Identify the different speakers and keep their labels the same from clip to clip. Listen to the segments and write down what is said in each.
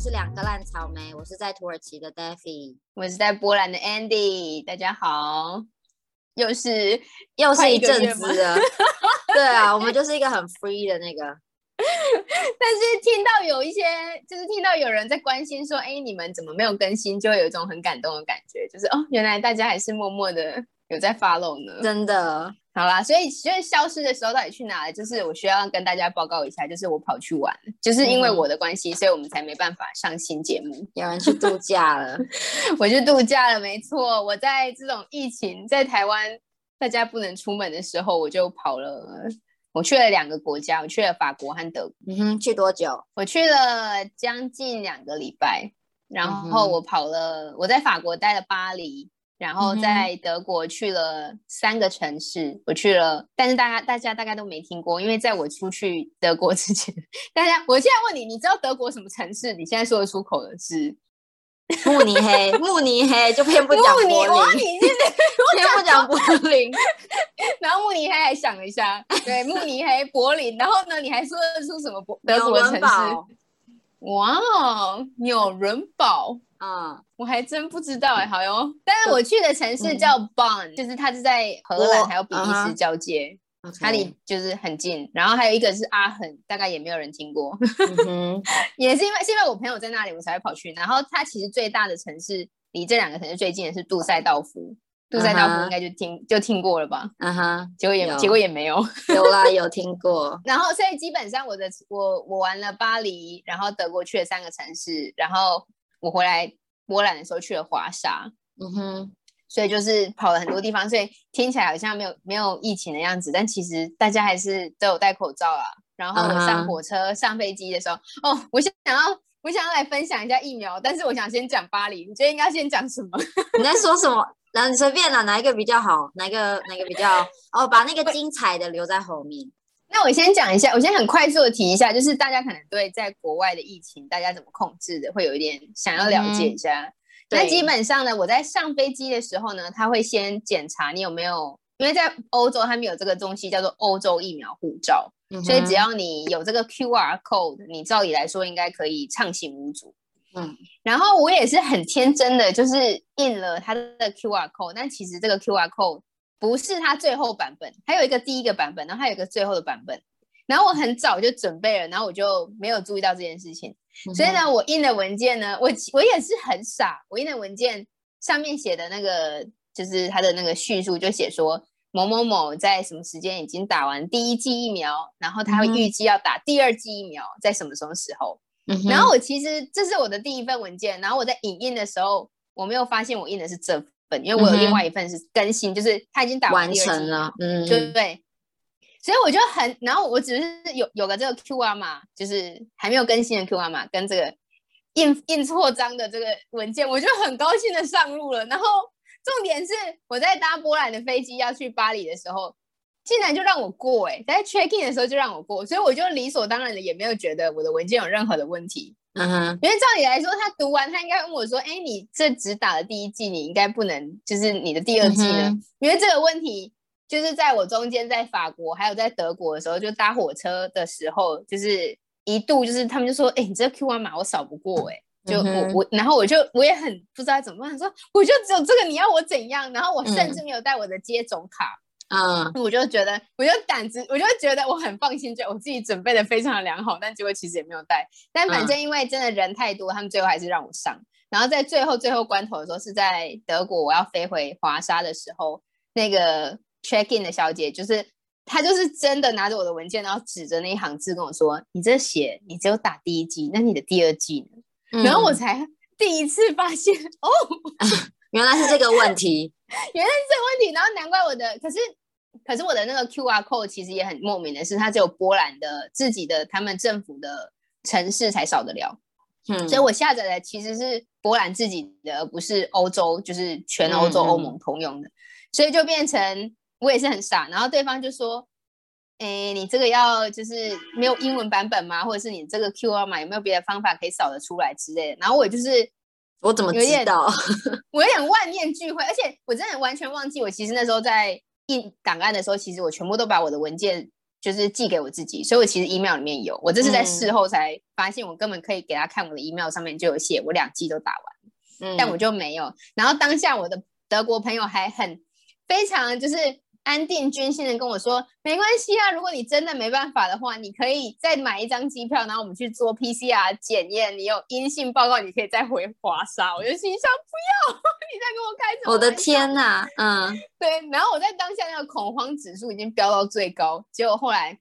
Speaker 1: 是两个烂草莓，我是在土耳其的 Daffy，
Speaker 2: 我是在波兰的 Andy，大家好，又是
Speaker 1: 又是
Speaker 2: 快
Speaker 1: 一
Speaker 2: 一个
Speaker 1: 阵
Speaker 2: 月
Speaker 1: 子
Speaker 2: 吗
Speaker 1: 了。 对啊，我们就是一个很 free 的那个。
Speaker 2: 但是听到有一些，就是听到有人在关心说，哎，你们怎么没有更新，就会有一种很感动的感觉，就是哦，原来大家还是默默的有在 follow 呢。
Speaker 1: 真的，
Speaker 2: 好啦，所以所以消失的时候到底去哪了？就是我需要跟大家报告一下，就是我跑去玩，就是因为
Speaker 1: 嗯哼
Speaker 2: 我的关系，所以我们才没办法上新节目。
Speaker 1: 有人去度假了，
Speaker 2: 我去度假了，没错。我在这种疫情在台湾大家不能出门的时候，我就跑了，我去了两个国家，我去了法国和德国，
Speaker 1: 嗯哼，去多久？
Speaker 2: 我去了将近两个礼拜。然
Speaker 1: 嗯
Speaker 2: 后
Speaker 1: 哼
Speaker 2: 我跑了，我在法国待了巴黎，然后
Speaker 1: 嗯哼
Speaker 2: 在德国去了三个城市，我去了，但是大家大家大概都没听过，因为在我出去德国之前， 大家我现在问你，你知道德国什么城市？你现在说得出口的是
Speaker 1: 慕尼黑，慕尼黑就偏不讲
Speaker 2: 慕尼，
Speaker 1: 柏
Speaker 2: 哇，
Speaker 1: 林，
Speaker 2: 你这
Speaker 1: 偏 不讲柏林。
Speaker 2: 然后慕尼黑还想了一下，对，慕尼黑、柏林，然后呢，你还说得出什么柏德
Speaker 1: 纽
Speaker 2: 国的城
Speaker 1: 伦
Speaker 2: 市？
Speaker 1: 堡，
Speaker 2: 哇哦，纽伦堡，
Speaker 1: 嗯，
Speaker 2: 我还真不知道哎、好哟。但是我去的城市叫 Bonn，、就是它是在荷兰
Speaker 1: 我
Speaker 2: 还有比利
Speaker 1: 嗯
Speaker 2: 时
Speaker 1: 哼
Speaker 2: 交界，它离就是很近。然后还有一个是阿恒，大概也没有人听过，
Speaker 1: 嗯哼，
Speaker 2: 也是因为是因为我朋友在那里，我才会跑去。然后它其实最大的城市离这两个城市最近的是杜塞道夫，杜塞道
Speaker 1: 嗯
Speaker 2: 夫
Speaker 1: 哼
Speaker 2: 应该就听、就听过了吧？
Speaker 1: 嗯哼，
Speaker 2: 结果也
Speaker 1: 有
Speaker 2: 结果也没有。
Speaker 1: 有啦，有听过。
Speaker 2: 然后所以基本上我的我我玩了巴黎，然后德国去了三个城市，然后我回来波兰的时候去了华沙，
Speaker 1: 嗯哼，
Speaker 2: 所以就是跑了很多地方，所以听起来好像没有没有疫情的样子，但其实大家还是都有戴口罩啊。然后我
Speaker 1: 嗯哼
Speaker 2: 上火车、上飞机的时候，哦，我想要我想要来分享一下疫苗，但是我想先讲巴黎，你觉得应该先讲什么？
Speaker 1: 你在说什么？那你随便啦，哪一个比较好？哪一个哪一个比较？哦，把那个精彩的留在后面。
Speaker 2: 那我先讲一下，我先很快速的提一下，就是大家可能对在国外的疫情，大家怎么控制的，会有一点想要了解一下。那
Speaker 1: 嗯对
Speaker 2: 基本上呢，我在上飞机的时候呢，他会先检查你有没有，因为在欧洲他们有这个东西叫做欧洲疫苗护照，
Speaker 1: 嗯哼
Speaker 2: 所以只要你有这个 QR code，你照理来说应该可以畅行无阻。
Speaker 1: 嗯，
Speaker 2: 然后我也是很天真的，就是印了它的 QR code，但其实这个 QR code 不是它最后版本，还有一个第一个版本，然后还有一个最后的版本。然后我很早就准备了，然后我就没有注意到这件事情。
Speaker 1: 嗯
Speaker 2: 所以，呢，我印的文件呢，我其我也是很傻，我印的文件上面写的那个就是它的那个叙述，就写说某某某在什么时间已经打完第一剂疫苗，然后他会
Speaker 1: 嗯哼
Speaker 2: 预计要打第二剂疫苗在什么什么时候。
Speaker 1: 嗯哼
Speaker 2: 然后我其实这是我的第一份文件，然后我在影印的时候，我没有发现我印的是这份，因为我有另
Speaker 1: 嗯哼
Speaker 2: 外一份是更新，就是他已经打
Speaker 1: 完
Speaker 2: 第二剂
Speaker 1: 成
Speaker 2: 疫苗
Speaker 1: 了，嗯，
Speaker 2: 对对。所以我就很，然后我只是有有个这个 QR 码，就是还没有更新的 QR 码跟这个印印错章的这个文件，我就很高兴的上路了。然后重点是我在搭波兰的飞机要去巴黎的时候，竟然就让我过哎、在 check in 的时候就让我过，所以我就理所当然的也没有觉得我的文件有任何的问题。
Speaker 1: 嗯哼，
Speaker 2: 因为照理来说，他读完他应该问我说：“哎，你这只打了第一季，你应该不能，就是你的第二季呢？”
Speaker 1: 嗯
Speaker 2: 因为这个问题，就是在我中间在法国还有在德国的时候，就搭火车的时候，就是一度就是他们就说：“哎，你这 Q R 码我扫不过、欸，哎。”就我、
Speaker 1: 嗯哼
Speaker 2: 我，然后我就我也很不知道怎么办，说我就只有这个，你要我怎样？然后我甚至没有带我的接种卡，
Speaker 1: 嗯，
Speaker 2: 我就觉得我就胆子，我就觉得我很放心，就我自己准备的非常的良好，但结果其实也没有带。但反
Speaker 1: 嗯
Speaker 2: 正因为真的人太多，他们最后还是让我上。然后在最后最后关头的时候，是在德国我要飞回华沙的时候，那个 check in 的小姐就是她就是真的拿着我的文件，然后指着那一行字跟我说：“你这写你只有打第一季，那你的第二季呢？”
Speaker 1: 嗯
Speaker 2: 然后我才 第一次发现哦，
Speaker 1: 原来是这个问题，
Speaker 2: 原来是这个问题，然后难怪我的，可是可是我的那个 QR code 其实也很莫名的是，它只有波兰的自己的他们政府的城市才少得了，
Speaker 1: 嗯，
Speaker 2: 所以我下载的其实是波兰自己的，而不是欧洲，就是全欧洲
Speaker 1: 嗯嗯
Speaker 2: 欧盟通用的，所以就变成我也是很傻，然后对方就说。诶，你这个要就是没有英文版本吗？或者是你这个 QR 码有没有别的方法可以扫得出来之类的？然后我就是
Speaker 1: 我怎么
Speaker 2: 有
Speaker 1: 知
Speaker 2: 点
Speaker 1: 道？
Speaker 2: 我有点万念俱灰，而且我真的完全忘记，我其实那时候在印档案的时候，其实我全部都把我的文件就是寄给我自己，所以我其实 email 里面有，我这是在事后才发现，我根本可以给他看我的 email 上面就有写我两季都打完，
Speaker 1: 嗯，
Speaker 2: 但我就没有。然后当下我的德国朋友还很非常就是安定军心的跟我说，没关系啊，如果你真的没办法的话，你可以再买一张机票，然后我们去做 PCR 检验，你有阴性报告，你可以再回华沙。我就心想不要， 你在跟我开什么？
Speaker 1: 我的！天呐，嗯，
Speaker 2: 对，然后我在当下那个恐慌指数已经飙到最高，结果后来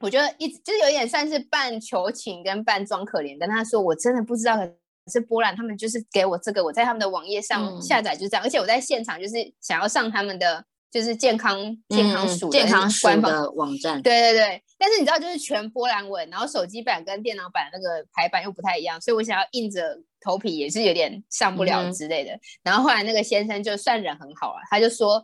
Speaker 2: 我觉得一直就是有点算是半求情跟半装可怜，跟他说我真的不知道，可是波兰他们就是给我这个，我在他们的网页上
Speaker 1: 嗯
Speaker 2: 下载就是这样，而且我在现场就是想要上他们的就是健康健康
Speaker 1: 嗯
Speaker 2: 署的
Speaker 1: 健康署
Speaker 2: 官方。
Speaker 1: 的网站，
Speaker 2: 对对对，但是你知道，就是全波兰文，然后手机版跟电脑版那个排版又不太一样，所以我想要硬着头皮也是有点上不
Speaker 1: 嗯
Speaker 2: 了
Speaker 1: 哼
Speaker 2: 之类的。然后后来那个先生就算人很好啊，他就说：“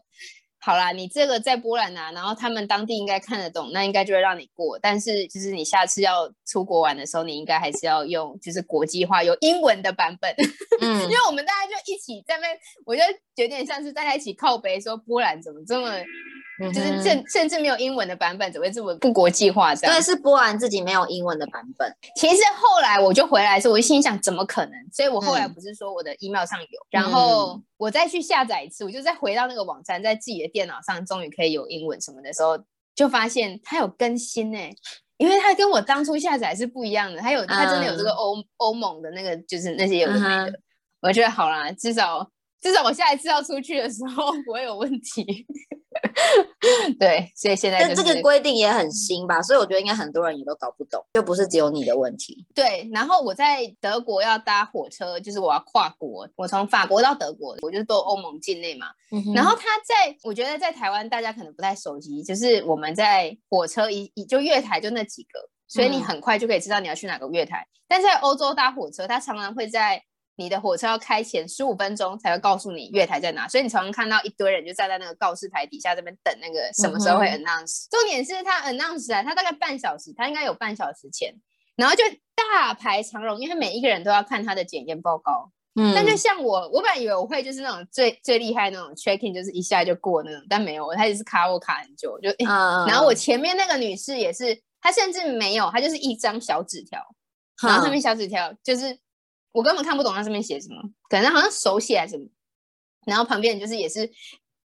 Speaker 2: 好啦，你这个在波兰啊，然后他们当地应该看得懂，那应该就会让你过。但是就是你下次要出国玩的时候，你应该还是要用就是国际化有英文的版本。”
Speaker 1: 嗯
Speaker 2: 因为我们大家就一起在那边，我就有点像是大家一起靠背说波兰怎么这么
Speaker 1: 嗯哼，
Speaker 2: 就是甚甚至没有英文的版本，怎么会这么不国际化这样
Speaker 1: 对，？是波兰自己没有英文的版本，
Speaker 2: 其实后来我就回来的时候，我就心想怎么可能？所以我后来
Speaker 1: 嗯
Speaker 2: 不是说我的 email 上有，然后我再去下载一次，我就再回到那个网站，在自己的电脑上终于可以有英文什么的时候，就发现它有更新呢、因为它跟我当初下载是不一样的，它有它真的有这个欧欧盟的那个，就是那些有的没的
Speaker 1: 嗯嗯哼
Speaker 2: 我觉得好啦，至少至少我下一次要出去的时候不会有问题。 对，所以现在、
Speaker 1: 但
Speaker 2: 就是、
Speaker 1: 这个规定也很新吧，所以我觉得应该很多人也都搞不懂，就不是只有你的问题。
Speaker 2: 对，然后我在德国要搭火车，就是我要跨国，我从法国到德国，我就是都欧盟境内嘛。
Speaker 1: 嗯
Speaker 2: 然后他在，我觉得在台湾大家可能不太熟悉，就是我们在火车一一就月台就那几个，所以你
Speaker 1: 嗯
Speaker 2: 很快就可以知道你要去哪个月台。但在欧洲搭火车，它常常会在你的火车要开前十五分钟才会告诉你月台在哪，所以你常常看到一堆人就站在那个告示牌底下这边等那个什么时候会
Speaker 1: 嗯
Speaker 2: announce。重点是他 announce 啊，他大概半小时，他应该有半小时前，然后就大排长龙，因为每一个人都要看他的检验报告。
Speaker 1: 嗯
Speaker 2: 但就像我，我本来以为我会就是那种最最厉害那种 check in，就是一下就过那种，但没有，我他也是卡我卡很久，我就、诶
Speaker 1: 嗯，
Speaker 2: 然后我前面那个女士也是，她甚至没有，她就是一张小纸条，
Speaker 1: 哼
Speaker 2: 然后上面小纸条就是我根本看不懂它上面写什么，可能好像手写还是什么，然后旁边就是也是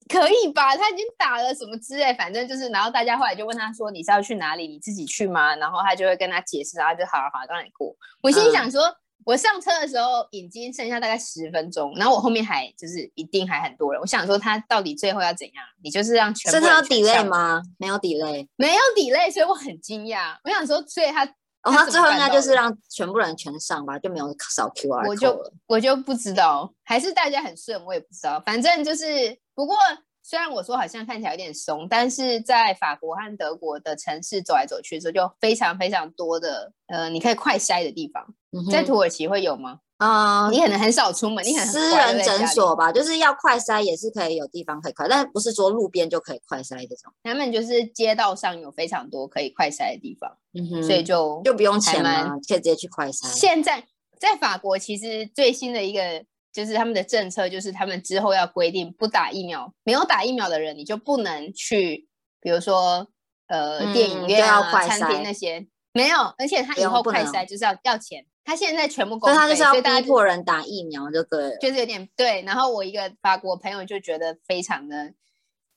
Speaker 2: 可以吧，他已经打了什么之类，反正就是，然后大家后来就问他说你是要去哪里，你自己去吗？然后他就会跟他解释，然后就好啊好啊，让你过。我
Speaker 1: 嗯
Speaker 2: 心里想说。我上车的时候已经剩下大概十分钟，然后我后面还就是一定还很多人。我想说他到底最后要怎样？你就是让全部
Speaker 1: 是他有
Speaker 2: 人全上
Speaker 1: delay 吗？没有 delay，
Speaker 2: 没有 delay，所以我很惊讶。我想说，所以他
Speaker 1: 哦，
Speaker 2: 他
Speaker 1: 他
Speaker 2: 怎么
Speaker 1: 最后应该
Speaker 2: 办到
Speaker 1: 就是
Speaker 2: 的
Speaker 1: 让全部人全上吧，就没有扫 QR
Speaker 2: 我就
Speaker 1: code 了
Speaker 2: 我就不知道，还是大家很顺，我也不知道。反正就是，不过虽然我说好像看起来有点松，但是在法国和德国的城市走来走去的时候，就非常非常多的呃，你可以快筛的地方。
Speaker 1: 嗯哼
Speaker 2: 在土耳其会有吗？
Speaker 1: 嗯
Speaker 2: 你可能很少出门，你可能很
Speaker 1: 私
Speaker 2: 乖
Speaker 1: 人
Speaker 2: 就在家
Speaker 1: 诊
Speaker 2: 里
Speaker 1: 所吧，就是要快筛也是可以有地方可以快，但不是说路边就可以快筛这种。
Speaker 2: 他们就是街道上有非常多可以快筛的地方，
Speaker 1: 嗯哼，
Speaker 2: 所以就
Speaker 1: 就不用钱
Speaker 2: 还
Speaker 1: 嘛，
Speaker 2: 蛮
Speaker 1: 可以直接去快筛。
Speaker 2: 现在在法国，其实最新的一个就是他们的政策，就是他们之后要规定，不打疫苗，没有打疫苗的人，你就不能去，比如说呃、
Speaker 1: 嗯
Speaker 2: 电影院
Speaker 1: 就要
Speaker 2: 啊、
Speaker 1: 快
Speaker 2: 餐
Speaker 1: 筛
Speaker 2: 厅那些，没有，而且他
Speaker 1: 不
Speaker 2: 以
Speaker 1: 用
Speaker 2: 后
Speaker 1: 不
Speaker 2: 快
Speaker 1: 能
Speaker 2: 筛就是要要钱，他现在全部
Speaker 1: 所
Speaker 2: 公
Speaker 1: 以他
Speaker 2: 费，
Speaker 1: 就是要
Speaker 2: 所以大家
Speaker 1: 逼
Speaker 2: 就
Speaker 1: 迫人打疫苗就对了。
Speaker 2: 就是有点对。然后我一个法国朋友就觉得非常的。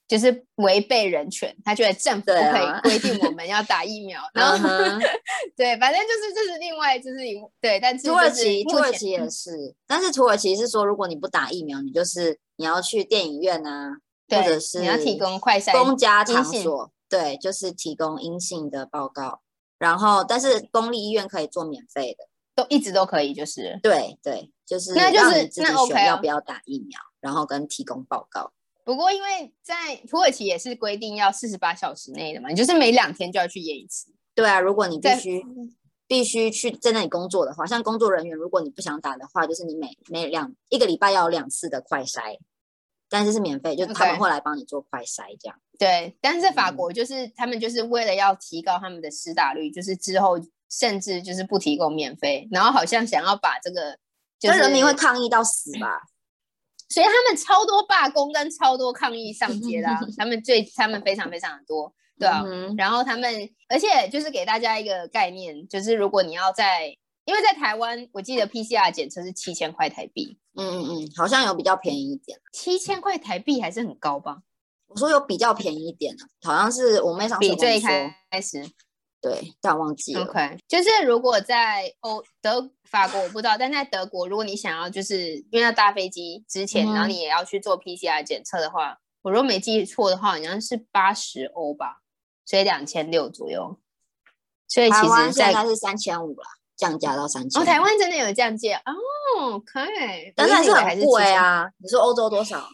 Speaker 2: 就是违背人权，他觉得政府不
Speaker 1: 对
Speaker 2: 可
Speaker 1: 啊
Speaker 2: 以规定我们要打疫 苗，然
Speaker 1: 嗯
Speaker 2: 后
Speaker 1: 哼，
Speaker 2: 对，反正就是这是另外就是一对，但是
Speaker 1: 土耳
Speaker 2: 就是
Speaker 1: 其
Speaker 2: 目
Speaker 1: 土耳
Speaker 2: 前
Speaker 1: 其也是，但是土耳其是说，如果你不打疫苗，你就是你要去电影院啊，
Speaker 2: 对，
Speaker 1: 或者是
Speaker 2: 你要提供快筛
Speaker 1: 公家场
Speaker 2: 阴性
Speaker 1: 所，对，就是提供阴性的报告。然后，但是公立医院可以做免费的，
Speaker 2: 都一直都可以，就是
Speaker 1: 对对，就是
Speaker 2: 那就
Speaker 1: 让
Speaker 2: 是
Speaker 1: 你自己
Speaker 2: 那 OK
Speaker 1: 选要
Speaker 2: 啊
Speaker 1: 不要打疫苗，然后跟提供报告。
Speaker 2: 不过因为在土耳其也是规定要四十八小时内的嘛，你就是每两天就要去验一次。
Speaker 1: 对啊，如果你必
Speaker 2: 在
Speaker 1: 须必须去在那里工作的话，像工作人员，如果你不想打的话，就是你每每两一个礼拜要有两次的快筛，但是是免费，就他们
Speaker 2: OK
Speaker 1: 会来帮你做快筛这样。
Speaker 2: 对，但是在法
Speaker 1: 嗯
Speaker 2: 国就是、他们就是为了要提高他们的施打率，就是之后甚至就是不提供免费，然后好像想要把这个就
Speaker 1: 那
Speaker 2: 是
Speaker 1: 人民会抗议到死吧？
Speaker 2: 所以啊 他们超多罢工跟超多抗议上街啦、他们最他们非常非常的多。 对啊。
Speaker 1: 嗯哼
Speaker 2: 然后他们，而且就是给大家一个概念，就是如果你要在，因为在台湾，我记得 PCR 检测是七千块台币，
Speaker 1: 嗯嗯嗯，好像有比较便宜一点。啊
Speaker 2: 七千块台币还是很高吧？
Speaker 1: 我说有比较便宜一点的，好像是我妹上次
Speaker 2: 比
Speaker 1: 有跟我
Speaker 2: 最
Speaker 1: 啊说，
Speaker 2: 开开始
Speaker 1: 对，但我忘记了。
Speaker 2: ，OK，就是如果在欧德法国我不知道，但在德国，如果你想要就是因为要搭飞机之前，然后
Speaker 1: 嗯
Speaker 2: 你也要去做 PCR 检测的话，我如果没记错的话，好像是八十欧吧，所以两千六左右。所以其
Speaker 1: 台
Speaker 2: 实
Speaker 1: 湾
Speaker 2: 在
Speaker 1: 现在是三千五啦，降价到三千。
Speaker 2: 哦，台湾真的有降价哦，可以，
Speaker 1: 但
Speaker 2: 我
Speaker 1: 是
Speaker 2: 一
Speaker 1: 还
Speaker 2: 直以
Speaker 1: 是
Speaker 2: 为还
Speaker 1: 很贵
Speaker 2: 是7000！
Speaker 1: 啊。你说欧洲多少？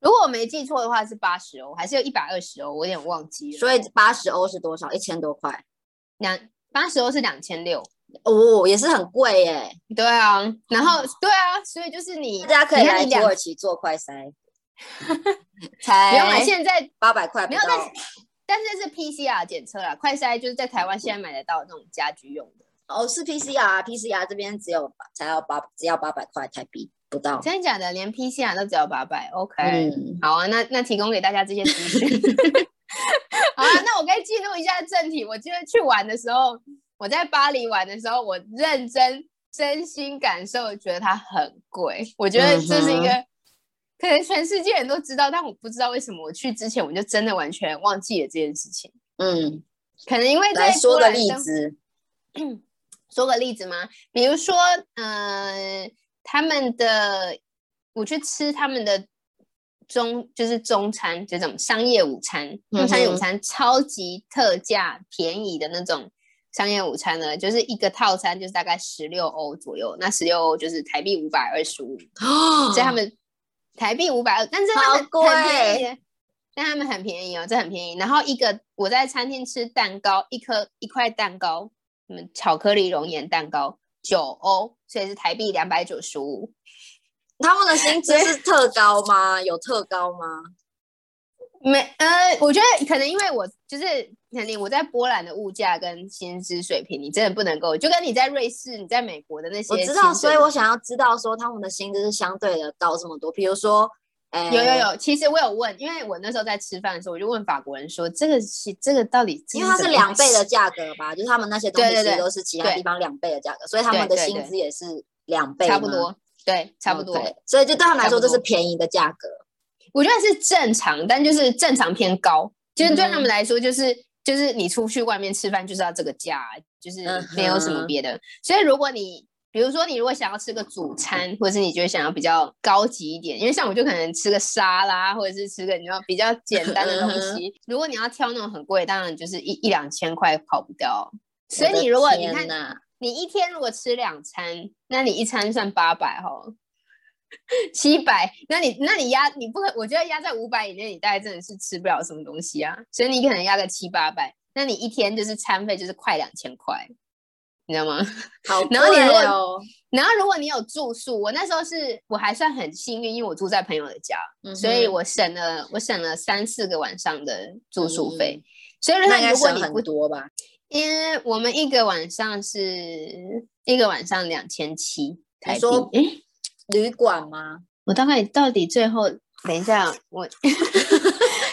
Speaker 2: 如果我没记错的话是八十哦欧，还是有一百二十欧，我有点忘记了。
Speaker 1: 所以八十欧是多少？一千多块
Speaker 2: 两八十欧是两千六，
Speaker 1: 哦，也是很贵耶、
Speaker 2: 对啊，然后对啊，所以就是你
Speaker 1: 哦大家可以
Speaker 2: 你看
Speaker 1: 来
Speaker 2: 你
Speaker 1: 土
Speaker 2: 两
Speaker 1: 耳其做快筛，
Speaker 2: 不用了，
Speaker 1: 才
Speaker 2: 现在
Speaker 1: 八百块不
Speaker 2: 没有，但是
Speaker 1: 到。
Speaker 2: 但是是 PCR 检测啦，快筛就是在台湾现在买得到那种家居用的，
Speaker 1: 哦，是 PCR，PCR 这边只有八才要八，只要八百块台币不到。
Speaker 2: 真的假的？连 PCR 都只要八百，OK，、
Speaker 1: 嗯，
Speaker 2: 好啊，那那提供给大家这些 资讯。好啊，那我可以进入一下正题。我今天去玩的时候，我在巴黎玩的时候，我认真、真心感受，觉得它很贵。我觉
Speaker 1: 嗯
Speaker 2: 得这是一个、可能全世界人都知道，但我不知道为什么我去之前我就真的完全忘记了这件事情。
Speaker 1: 嗯，
Speaker 2: 可能因为在
Speaker 1: 来说
Speaker 2: 波
Speaker 1: 个
Speaker 2: 兰
Speaker 1: 例
Speaker 2: 生
Speaker 1: 子。
Speaker 2: 说个例子吗？比如说，呃，他们的我去吃他们的中就是中餐，就这种商业午餐，他们商业
Speaker 1: 嗯
Speaker 2: 午
Speaker 1: 哼
Speaker 2: 餐超级特价便宜的那种商业午餐呢，就是一个套餐就是大概十六欧左右，那十六欧就是台币五百二十五，
Speaker 1: 哦
Speaker 2: 所以他们台币五百二，但是他们
Speaker 1: 好贵
Speaker 2: 很便宜耶，但他们很便宜哦，这很便宜。然后一个我在餐厅吃蛋糕，一颗一块蛋糕，嗯，巧克力熔岩蛋糕九欧，所以是台币两百九十五。
Speaker 1: 他们的薪资是特高吗？有特高吗？
Speaker 2: 没，呃，我觉得可能因为我就是肯定我在波兰的物价跟薪资水平，你真的不能够，就跟你在瑞士、你在美国的那些
Speaker 1: 我
Speaker 2: 薪水，
Speaker 1: 知道，所以我想要知道说他们的薪资是相对的高这么多。比如说，哎、
Speaker 2: 有有，有，其实我有问，因为我那时候在吃饭的时候，我就问法国人说，这个是这个到底
Speaker 1: 因为它是
Speaker 2: 这怎么
Speaker 1: 两
Speaker 2: 回
Speaker 1: 倍
Speaker 2: 事
Speaker 1: 的价格吧，就是他们那些东西
Speaker 2: 对对
Speaker 1: 其实
Speaker 2: 对
Speaker 1: 都是其他
Speaker 2: 对
Speaker 1: 地方两倍的价格，所以他们的
Speaker 2: 对对
Speaker 1: 薪资也是两倍，
Speaker 2: 差不，多，对，差不多。
Speaker 1: OK，所以就哦对他们来说，
Speaker 2: 差
Speaker 1: 这
Speaker 2: 不多
Speaker 1: 是便宜的价格。
Speaker 2: 我觉得是正常，但就是正常偏高，就是对他们
Speaker 1: 嗯
Speaker 2: 来说，就是、就是你出去外面吃饭就是要这个价，就是没有什
Speaker 1: 嗯
Speaker 2: 么
Speaker 1: 哼
Speaker 2: 别的。所以如果你比如说你如果想要吃个主餐，或者是你觉得想要比较高级一点，因为像我就可能吃个沙拉，或者是吃个你知道比较简单
Speaker 1: 嗯
Speaker 2: 的东西。如果你要挑那种很贵，当然就是一一两千块跑不掉。所以
Speaker 1: 我的
Speaker 2: 你如果你
Speaker 1: 天
Speaker 2: 看
Speaker 1: 哪
Speaker 2: 你一天如果吃两餐，那你一餐算八百哈，七百，那你那你压你不可，我觉得压在五百以内，你大概真的是吃不了什么东西啊，所以你可能压个七八百，那你一天就是餐费就是快两千块，你知道吗？
Speaker 1: 好贵
Speaker 2: 然后你如果
Speaker 1: 哦，
Speaker 2: 然后如果你有住宿，我那时候是我还算很幸运，因为我住在朋友的家，
Speaker 1: 嗯
Speaker 2: 所以
Speaker 1: 哼
Speaker 2: 我省了我省了三四个晚上的住宿费，
Speaker 1: 嗯
Speaker 2: 所以
Speaker 1: 那应该
Speaker 2: 如果
Speaker 1: 省
Speaker 2: 你不
Speaker 1: 很多吧？
Speaker 2: 因为我们一个晚上是一个晚上两千七台币。
Speaker 1: 说
Speaker 2: 诶，
Speaker 1: 旅馆吗？
Speaker 2: 我大概到底最后等一下，我呃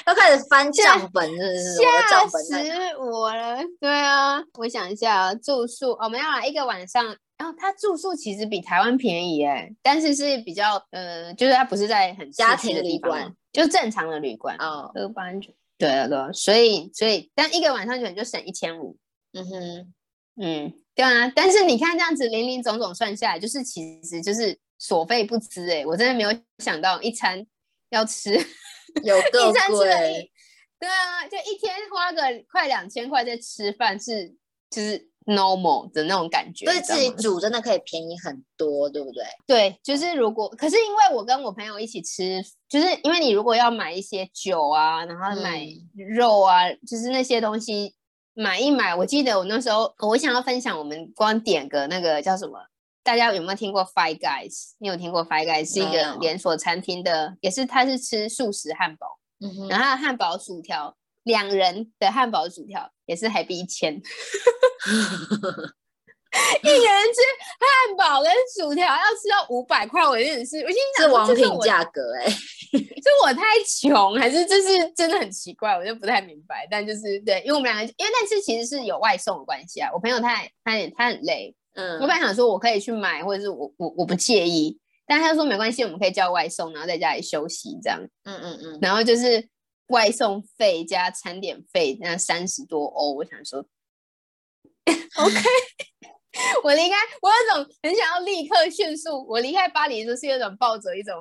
Speaker 1: 要开始翻
Speaker 2: 现在
Speaker 1: 账本，是不是？我的
Speaker 2: 吓
Speaker 1: 账本在哪
Speaker 2: 死我了。对啊，我想一下啊，住宿哦，没有啦，一个晚上。然、后它住宿其实比台湾便宜哎、但是是比较呃，就是它不是在很市
Speaker 1: 家
Speaker 2: 区的
Speaker 1: 庭
Speaker 2: 地
Speaker 1: 旅
Speaker 2: 方
Speaker 1: 馆
Speaker 2: 啊，就正常的旅馆，
Speaker 1: 哦，
Speaker 2: 二八九。对啊对啊，所以所以但一个晚上可能就省一千五，
Speaker 1: 嗯 哼，
Speaker 2: 嗯，对啊，但是你看这样子零零总总算下来，就是其实就是所费不赀哎、我真的没有想到一餐要吃， 一
Speaker 1: 有够
Speaker 2: 餐吃了
Speaker 1: 贵
Speaker 2: 一，，对啊，就一天花个快两千块在吃饭是就是 normal 的那种感觉，
Speaker 1: 对
Speaker 2: 你知道
Speaker 1: 自己
Speaker 2: 吗
Speaker 1: 煮真的可以便宜很多，对不对？
Speaker 2: 对，就是如果可是因为我跟我朋友一起吃，就是因为你如果要买一些酒啊，然后买
Speaker 1: 嗯
Speaker 2: 肉啊，就是那些东西买一买。我记得我那时候我想要分享，我们光点个那个叫什么？大家有没有听过 Five Guys？你有听过 Five Guys 是一
Speaker 1: 没
Speaker 2: 个
Speaker 1: 有
Speaker 2: 连锁餐厅的，也是它是吃素食汉堡，
Speaker 1: 嗯哼
Speaker 2: 然后它的汉堡薯条两人的汉堡薯条也是台币一千， 一个人吃汉堡跟薯条要吃到五百块，我真的是，我心
Speaker 1: 是
Speaker 2: 想说
Speaker 1: 王
Speaker 2: 这
Speaker 1: 品
Speaker 2: 我
Speaker 1: 价格哎、
Speaker 2: 是我太穷，还是就是真的很奇怪，我就不太明白。但就是对，因为我们两个，因为但是其实是有外送的关系啊。我朋友他也他也他很累，
Speaker 1: 嗯，
Speaker 2: 我本来想说我可以去买，或者是我我我不介意，但他说没关系，我们可以叫外送，然后在家里休息这样。
Speaker 1: 嗯嗯嗯，
Speaker 2: 然后就是外送费加餐点费，那三十多欧，我想说，OK，我离开，我有种很想要立刻迅速，我离开巴黎就是有种抱着一种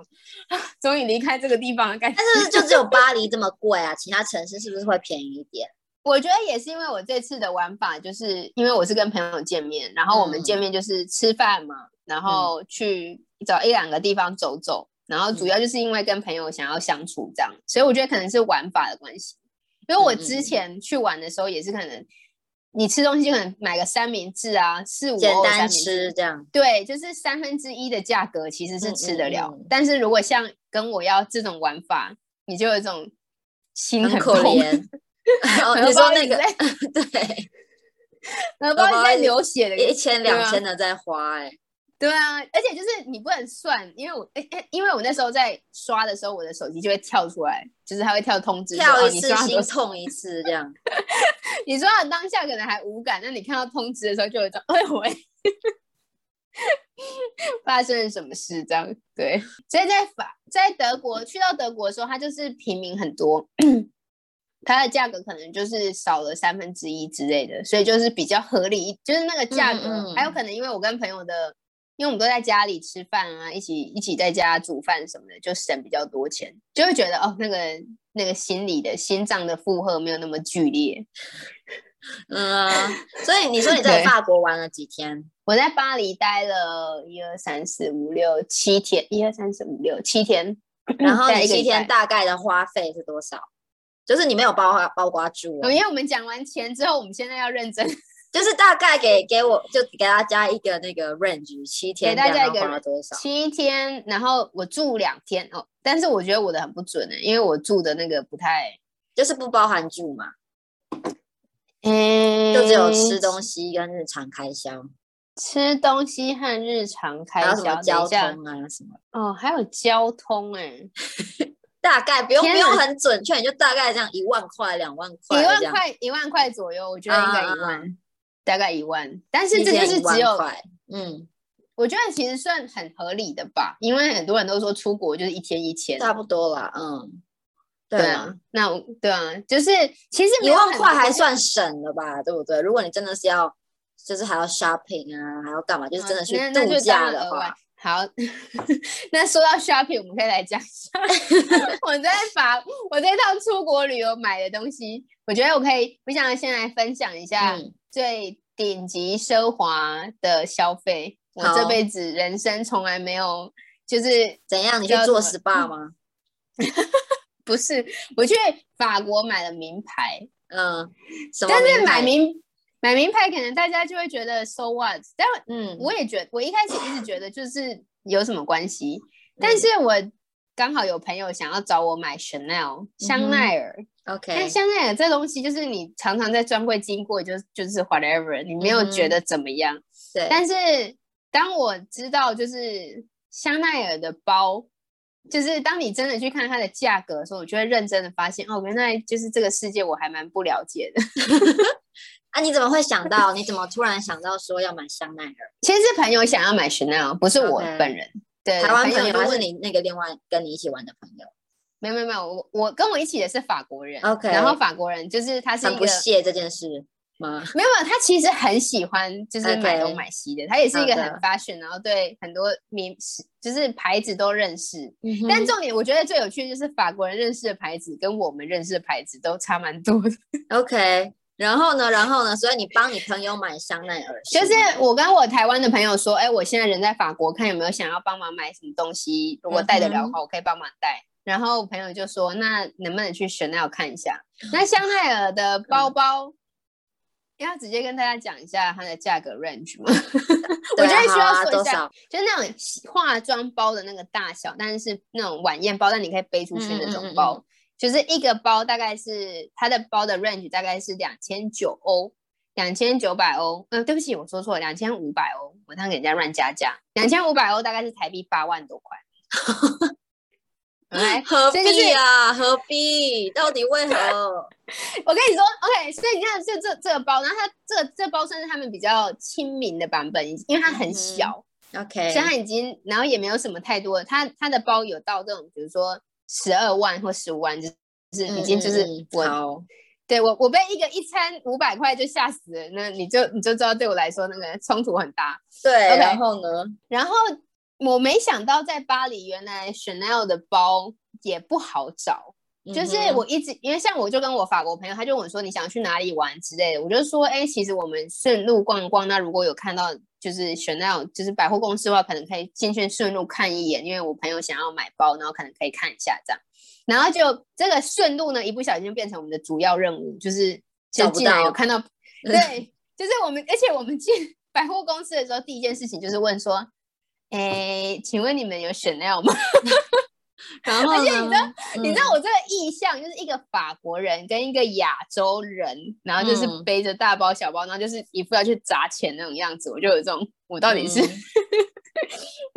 Speaker 2: 啊，终于离开这个地方的感觉。
Speaker 1: 但是就只有巴黎这么贵啊，其他城市是不是会便宜一点？
Speaker 2: 我觉得也是因为我这次的玩法，就是因为我是跟朋友见面，然后我们
Speaker 1: 嗯
Speaker 2: 见面就是吃饭嘛，然后去找一两个地方走走，
Speaker 1: 嗯
Speaker 2: 然后主要就是因为跟朋友想要相处这样，所以我觉得可能是玩法的关系。因
Speaker 1: 嗯
Speaker 2: 为我之前去玩的时候也是可能，你吃东西就可能买个三明治啊，四五
Speaker 1: 简
Speaker 2: 欧的三
Speaker 1: 单
Speaker 2: 明治，
Speaker 1: 吃这样，
Speaker 2: 对，就是三分之一的价格其实是吃得了，
Speaker 1: 嗯嗯嗯
Speaker 2: 但是如果像跟我要这种玩法，你就有一种心
Speaker 1: 很
Speaker 2: 很
Speaker 1: 可
Speaker 2: 痛。
Speaker 1: 怜。哦，
Speaker 2: 荷
Speaker 1: 你
Speaker 2: 包
Speaker 1: 说那
Speaker 2: 一直
Speaker 1: 个
Speaker 2: 在
Speaker 1: 对，
Speaker 2: 荷包一直
Speaker 1: 包
Speaker 2: 在
Speaker 1: 一直
Speaker 2: 流血的
Speaker 1: 一千
Speaker 2: 对啊
Speaker 1: 两千的在花，哎，
Speaker 2: 对啊，而且就是你不能算，因为我诶诶因为我那时候在刷的时候，我的手机就会跳出来，就是它会跳通知说，
Speaker 1: 跳
Speaker 2: 哦
Speaker 1: 一
Speaker 2: 你
Speaker 1: 次
Speaker 2: 刷很
Speaker 1: 心
Speaker 2: 多
Speaker 1: 痛一次这样。
Speaker 2: 你刷的当下可能还无感，那你看到通知的时候就有一种，哎呦喂， 发生了什么事这样？对，所以在法在德国去到德国的时候，它就是平民很多，它的价格可能就是少了三分之一之类的，所以就是比较合理一，就是那个价格，
Speaker 1: 嗯嗯
Speaker 2: 还有可能因为我跟朋友的。因为我们都在家里吃饭啊，一起一起在家煮饭什么的，就省比较多钱，就会觉得哦，那个那个心理的心脏的负荷没有那么剧烈。
Speaker 1: 嗯，所以你说你在
Speaker 2: 对
Speaker 1: 法国玩了几 天？
Speaker 2: 我在巴黎待了一二三四五六七天，一二三四五六七天，
Speaker 1: 然后
Speaker 2: 待
Speaker 1: 你
Speaker 2: 一个
Speaker 1: 七
Speaker 2: 礼
Speaker 1: 天
Speaker 2: 拜。
Speaker 1: 大概的花费是多少？就是你没有包括包括住、
Speaker 2: 哦
Speaker 1: 哦，
Speaker 2: 因为我们讲完钱之后，我们现在要 认真
Speaker 1: 就是大概给给我就给大家一个那个 range，七天
Speaker 2: 大
Speaker 1: 这
Speaker 2: 家
Speaker 1: 样
Speaker 2: 一个
Speaker 1: 要花多少？
Speaker 2: 七天，然后我住两天哦，但是我觉得我的很不准呢、因为我住的那个不太，
Speaker 1: 就是不包含住嘛，
Speaker 2: 嗯，
Speaker 1: 就只有吃东西跟日常开销，
Speaker 2: 吃东西和日常开
Speaker 1: 还有什么交
Speaker 2: 销。等一
Speaker 1: 通
Speaker 2: 下，
Speaker 1: 啊什么的。
Speaker 2: 哦，还有交通哎、
Speaker 1: 大概不用不
Speaker 2: 天
Speaker 1: 用
Speaker 2: 哪
Speaker 1: 很准确，你就大概这样一万块、两万块
Speaker 2: 一
Speaker 1: 这
Speaker 2: 万
Speaker 1: 样，
Speaker 2: 块，一万块左右，我觉得应该
Speaker 1: 嗯嗯
Speaker 2: 一万，大概一万，但是
Speaker 1: 七
Speaker 2: 这就
Speaker 1: 天
Speaker 2: 是
Speaker 1: 一万
Speaker 2: 只有
Speaker 1: 块嗯，
Speaker 2: 我觉得其实算很合理的吧，因为很多人都说出国就是一天一千，
Speaker 1: 差不多啦，嗯，
Speaker 2: 对
Speaker 1: 啦
Speaker 2: 啊，，那我对啊，就是其实没
Speaker 1: 一
Speaker 2: 有
Speaker 1: 万
Speaker 2: 很
Speaker 1: 块还
Speaker 2: 多
Speaker 1: 算省了吧，对不对？如果你真的是要，就是还要 shopping 啊，还要干嘛，就是真的
Speaker 2: 嗯
Speaker 1: 去
Speaker 2: 那那
Speaker 1: 度
Speaker 2: 就当
Speaker 1: 假
Speaker 2: 然
Speaker 1: 的
Speaker 2: 额外
Speaker 1: 话，。
Speaker 2: 好， 那说到 shopping，我们可以来讲 一下我在法我这趟出国旅游买的东西。我觉得我可以，我想先来分享一下
Speaker 1: 嗯，
Speaker 2: 最顶级奢华的消费。我这
Speaker 1: 好
Speaker 2: 辈子人生从来没有，就是
Speaker 1: 怎样？你去
Speaker 2: 叫
Speaker 1: 做
Speaker 2: 什
Speaker 1: SPA 吗？
Speaker 2: 不是我去法国买了名牌，
Speaker 1: 嗯，什么
Speaker 2: 但
Speaker 1: 名牌？
Speaker 2: 是买名买名牌，可能大家就会觉得 so what？但我
Speaker 1: 嗯，
Speaker 2: 我也觉我一开始一直觉得就是有什么关系，
Speaker 1: 嗯
Speaker 2: 但是我刚好有朋友想要找我买 Chanel
Speaker 1: 嗯哼
Speaker 2: 香奈儿，
Speaker 1: 嗯
Speaker 2: 但
Speaker 1: OK，
Speaker 2: 香奈儿这东西就是你常常在专柜经过，就就是 whatever，你没
Speaker 1: 嗯
Speaker 2: 有觉得怎么样。
Speaker 1: 对，
Speaker 2: 但是当我知道就是香奈儿的包。就是当你真的去看它的价格的时候，我就会认真的发现，哦，原来就是这个世界我还蛮不了解的。
Speaker 1: 啊，你怎么会想到？你怎么突然想到说要买香奈儿？
Speaker 2: 其实是朋友想要买 Chanel，不是我
Speaker 1: OK
Speaker 2: 本人。对，
Speaker 1: 台湾
Speaker 2: 朋
Speaker 1: 朋友
Speaker 2: 如
Speaker 1: 还
Speaker 2: 果
Speaker 1: 是你那个另外跟你一起玩的朋友？
Speaker 2: 没有没有没有，我我跟我一起的是法国人
Speaker 1: OK
Speaker 2: 然后法国人就是他是一
Speaker 1: 很
Speaker 2: 个
Speaker 1: 不屑这件事吗？
Speaker 2: 没有没有，他其实很喜欢就是买
Speaker 1: OK
Speaker 2: 东买西的他也是一个
Speaker 1: 好
Speaker 2: 很
Speaker 1: 的
Speaker 2: fashion，然后对很多名就是牌子都认识。但
Speaker 1: 但
Speaker 2: 重点，我觉得最有趣的就是法国人认识的牌子跟我们认识的牌子都差蛮多的。
Speaker 1: OK，然后呢，然后呢，所以你帮你朋友买香奈儿，
Speaker 2: 就是
Speaker 1: 吗
Speaker 2: 我跟我台湾的朋友说，哎，我现在人在法国，看有没有想要帮忙买什么东西，如果带得了的
Speaker 1: 嗯
Speaker 2: 话，我可以帮忙带。然后我朋友就说，那能不能去 Chanel 看一下？那香奈儿的包包，要直接跟大家讲一下它的价格 range 吗？我
Speaker 1: 对
Speaker 2: 觉
Speaker 1: 啊
Speaker 2: 得需
Speaker 1: 好
Speaker 2: 要
Speaker 1: 啊
Speaker 2: 说一
Speaker 1: 多
Speaker 2: 下，
Speaker 1: 少？
Speaker 2: 就是那种化妆包的那个大小，但是是那种晚宴包，但你可以背出去那
Speaker 1: 嗯嗯嗯
Speaker 2: 种
Speaker 1: 嗯
Speaker 2: 包，就是一个包大概是它的包的 range 大概是两千九欧，两千九百欧，嗯、对不起，我说错了，两千五百欧，我 刚给人家乱加价，两千五百欧大概是台币八万多块。嗯来，
Speaker 1: 何
Speaker 2: 所以就是
Speaker 1: 必啊？何必？到底为何？
Speaker 2: 我跟你说，OK，所以你看这这这个包，然后它这个这包算是他们比较亲民的版本，因为它
Speaker 1: 嗯
Speaker 2: 很小，
Speaker 1: OK，
Speaker 2: 所以它已经，然后也没有什么太多的，它它的包有到这种，比如说十二万或十五万，就是已经就是
Speaker 1: 嗯嗯嗯
Speaker 2: 我、
Speaker 1: 好
Speaker 2: 对我我被一个一餐五百块就吓死了，那你就你就知道对我来说那个冲突很大。
Speaker 1: 对
Speaker 2: OK
Speaker 1: 然后呢？
Speaker 2: 然后我没想到在巴黎，原来 Chanel 的包也不好找。就是
Speaker 1: 嗯哼
Speaker 2: 我一直因为像我就跟我法国朋友，他就问我说你想去哪里玩之类的，我就说哎、其实我们顺路逛逛，那如果有看到就是选那种就是百货公司的话，可能可以进去顺路看一眼，因为我朋友想要买包，然后可能可以看一下这样。然后就这个顺路呢，一不小心就变成我们的主要任务，就是
Speaker 1: 找
Speaker 2: 就是
Speaker 1: 不
Speaker 2: 竟然
Speaker 1: 到嗯
Speaker 2: 有看到，对，就是我们，而且我们进百货公司的时候，第一件事情就是问说，哎、请问你们有选 l 吗？
Speaker 1: 然后
Speaker 2: 而且你知道
Speaker 1: 呢，嗯
Speaker 2: 你知道我这个意向就是一个法国人跟一个亚洲人，然后就是
Speaker 1: 嗯
Speaker 2: 背着大包小包，然后就是一副要去砸钱那种样子，我就有这种我到底是、
Speaker 1: 嗯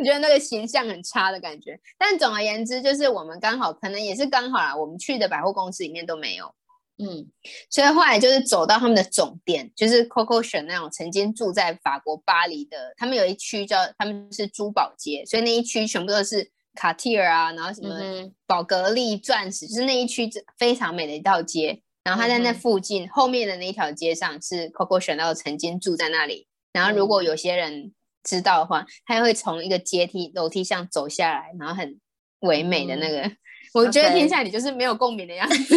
Speaker 2: 我觉得那个形象很差的感觉。但总而言之，就是我们刚好可能也是刚好啊啦，我们去的百货公司里面都没有，
Speaker 1: 嗯
Speaker 2: 所以后来就是走到他们的总店，就是 Coco Chanel 曾经住在法国巴黎的，他们有一区叫他们是珠宝街，所以那一区全部都是卡蒂尔啊，然后什
Speaker 1: 嗯
Speaker 2: 么
Speaker 1: 哼
Speaker 2: 宝格丽钻石，就是那一区非常美的一道街。然后它在那
Speaker 1: 嗯哼
Speaker 2: 附近、后面的那一条街上是 Coco Chanel 曾经住在那里。然后
Speaker 1: 嗯
Speaker 2: 如果有些人知道的话，他会从一个阶梯楼梯上走下来，然后很唯美的那个。 我觉得
Speaker 1: 嗯 OK
Speaker 2: 听起来你就是没有共鸣的样子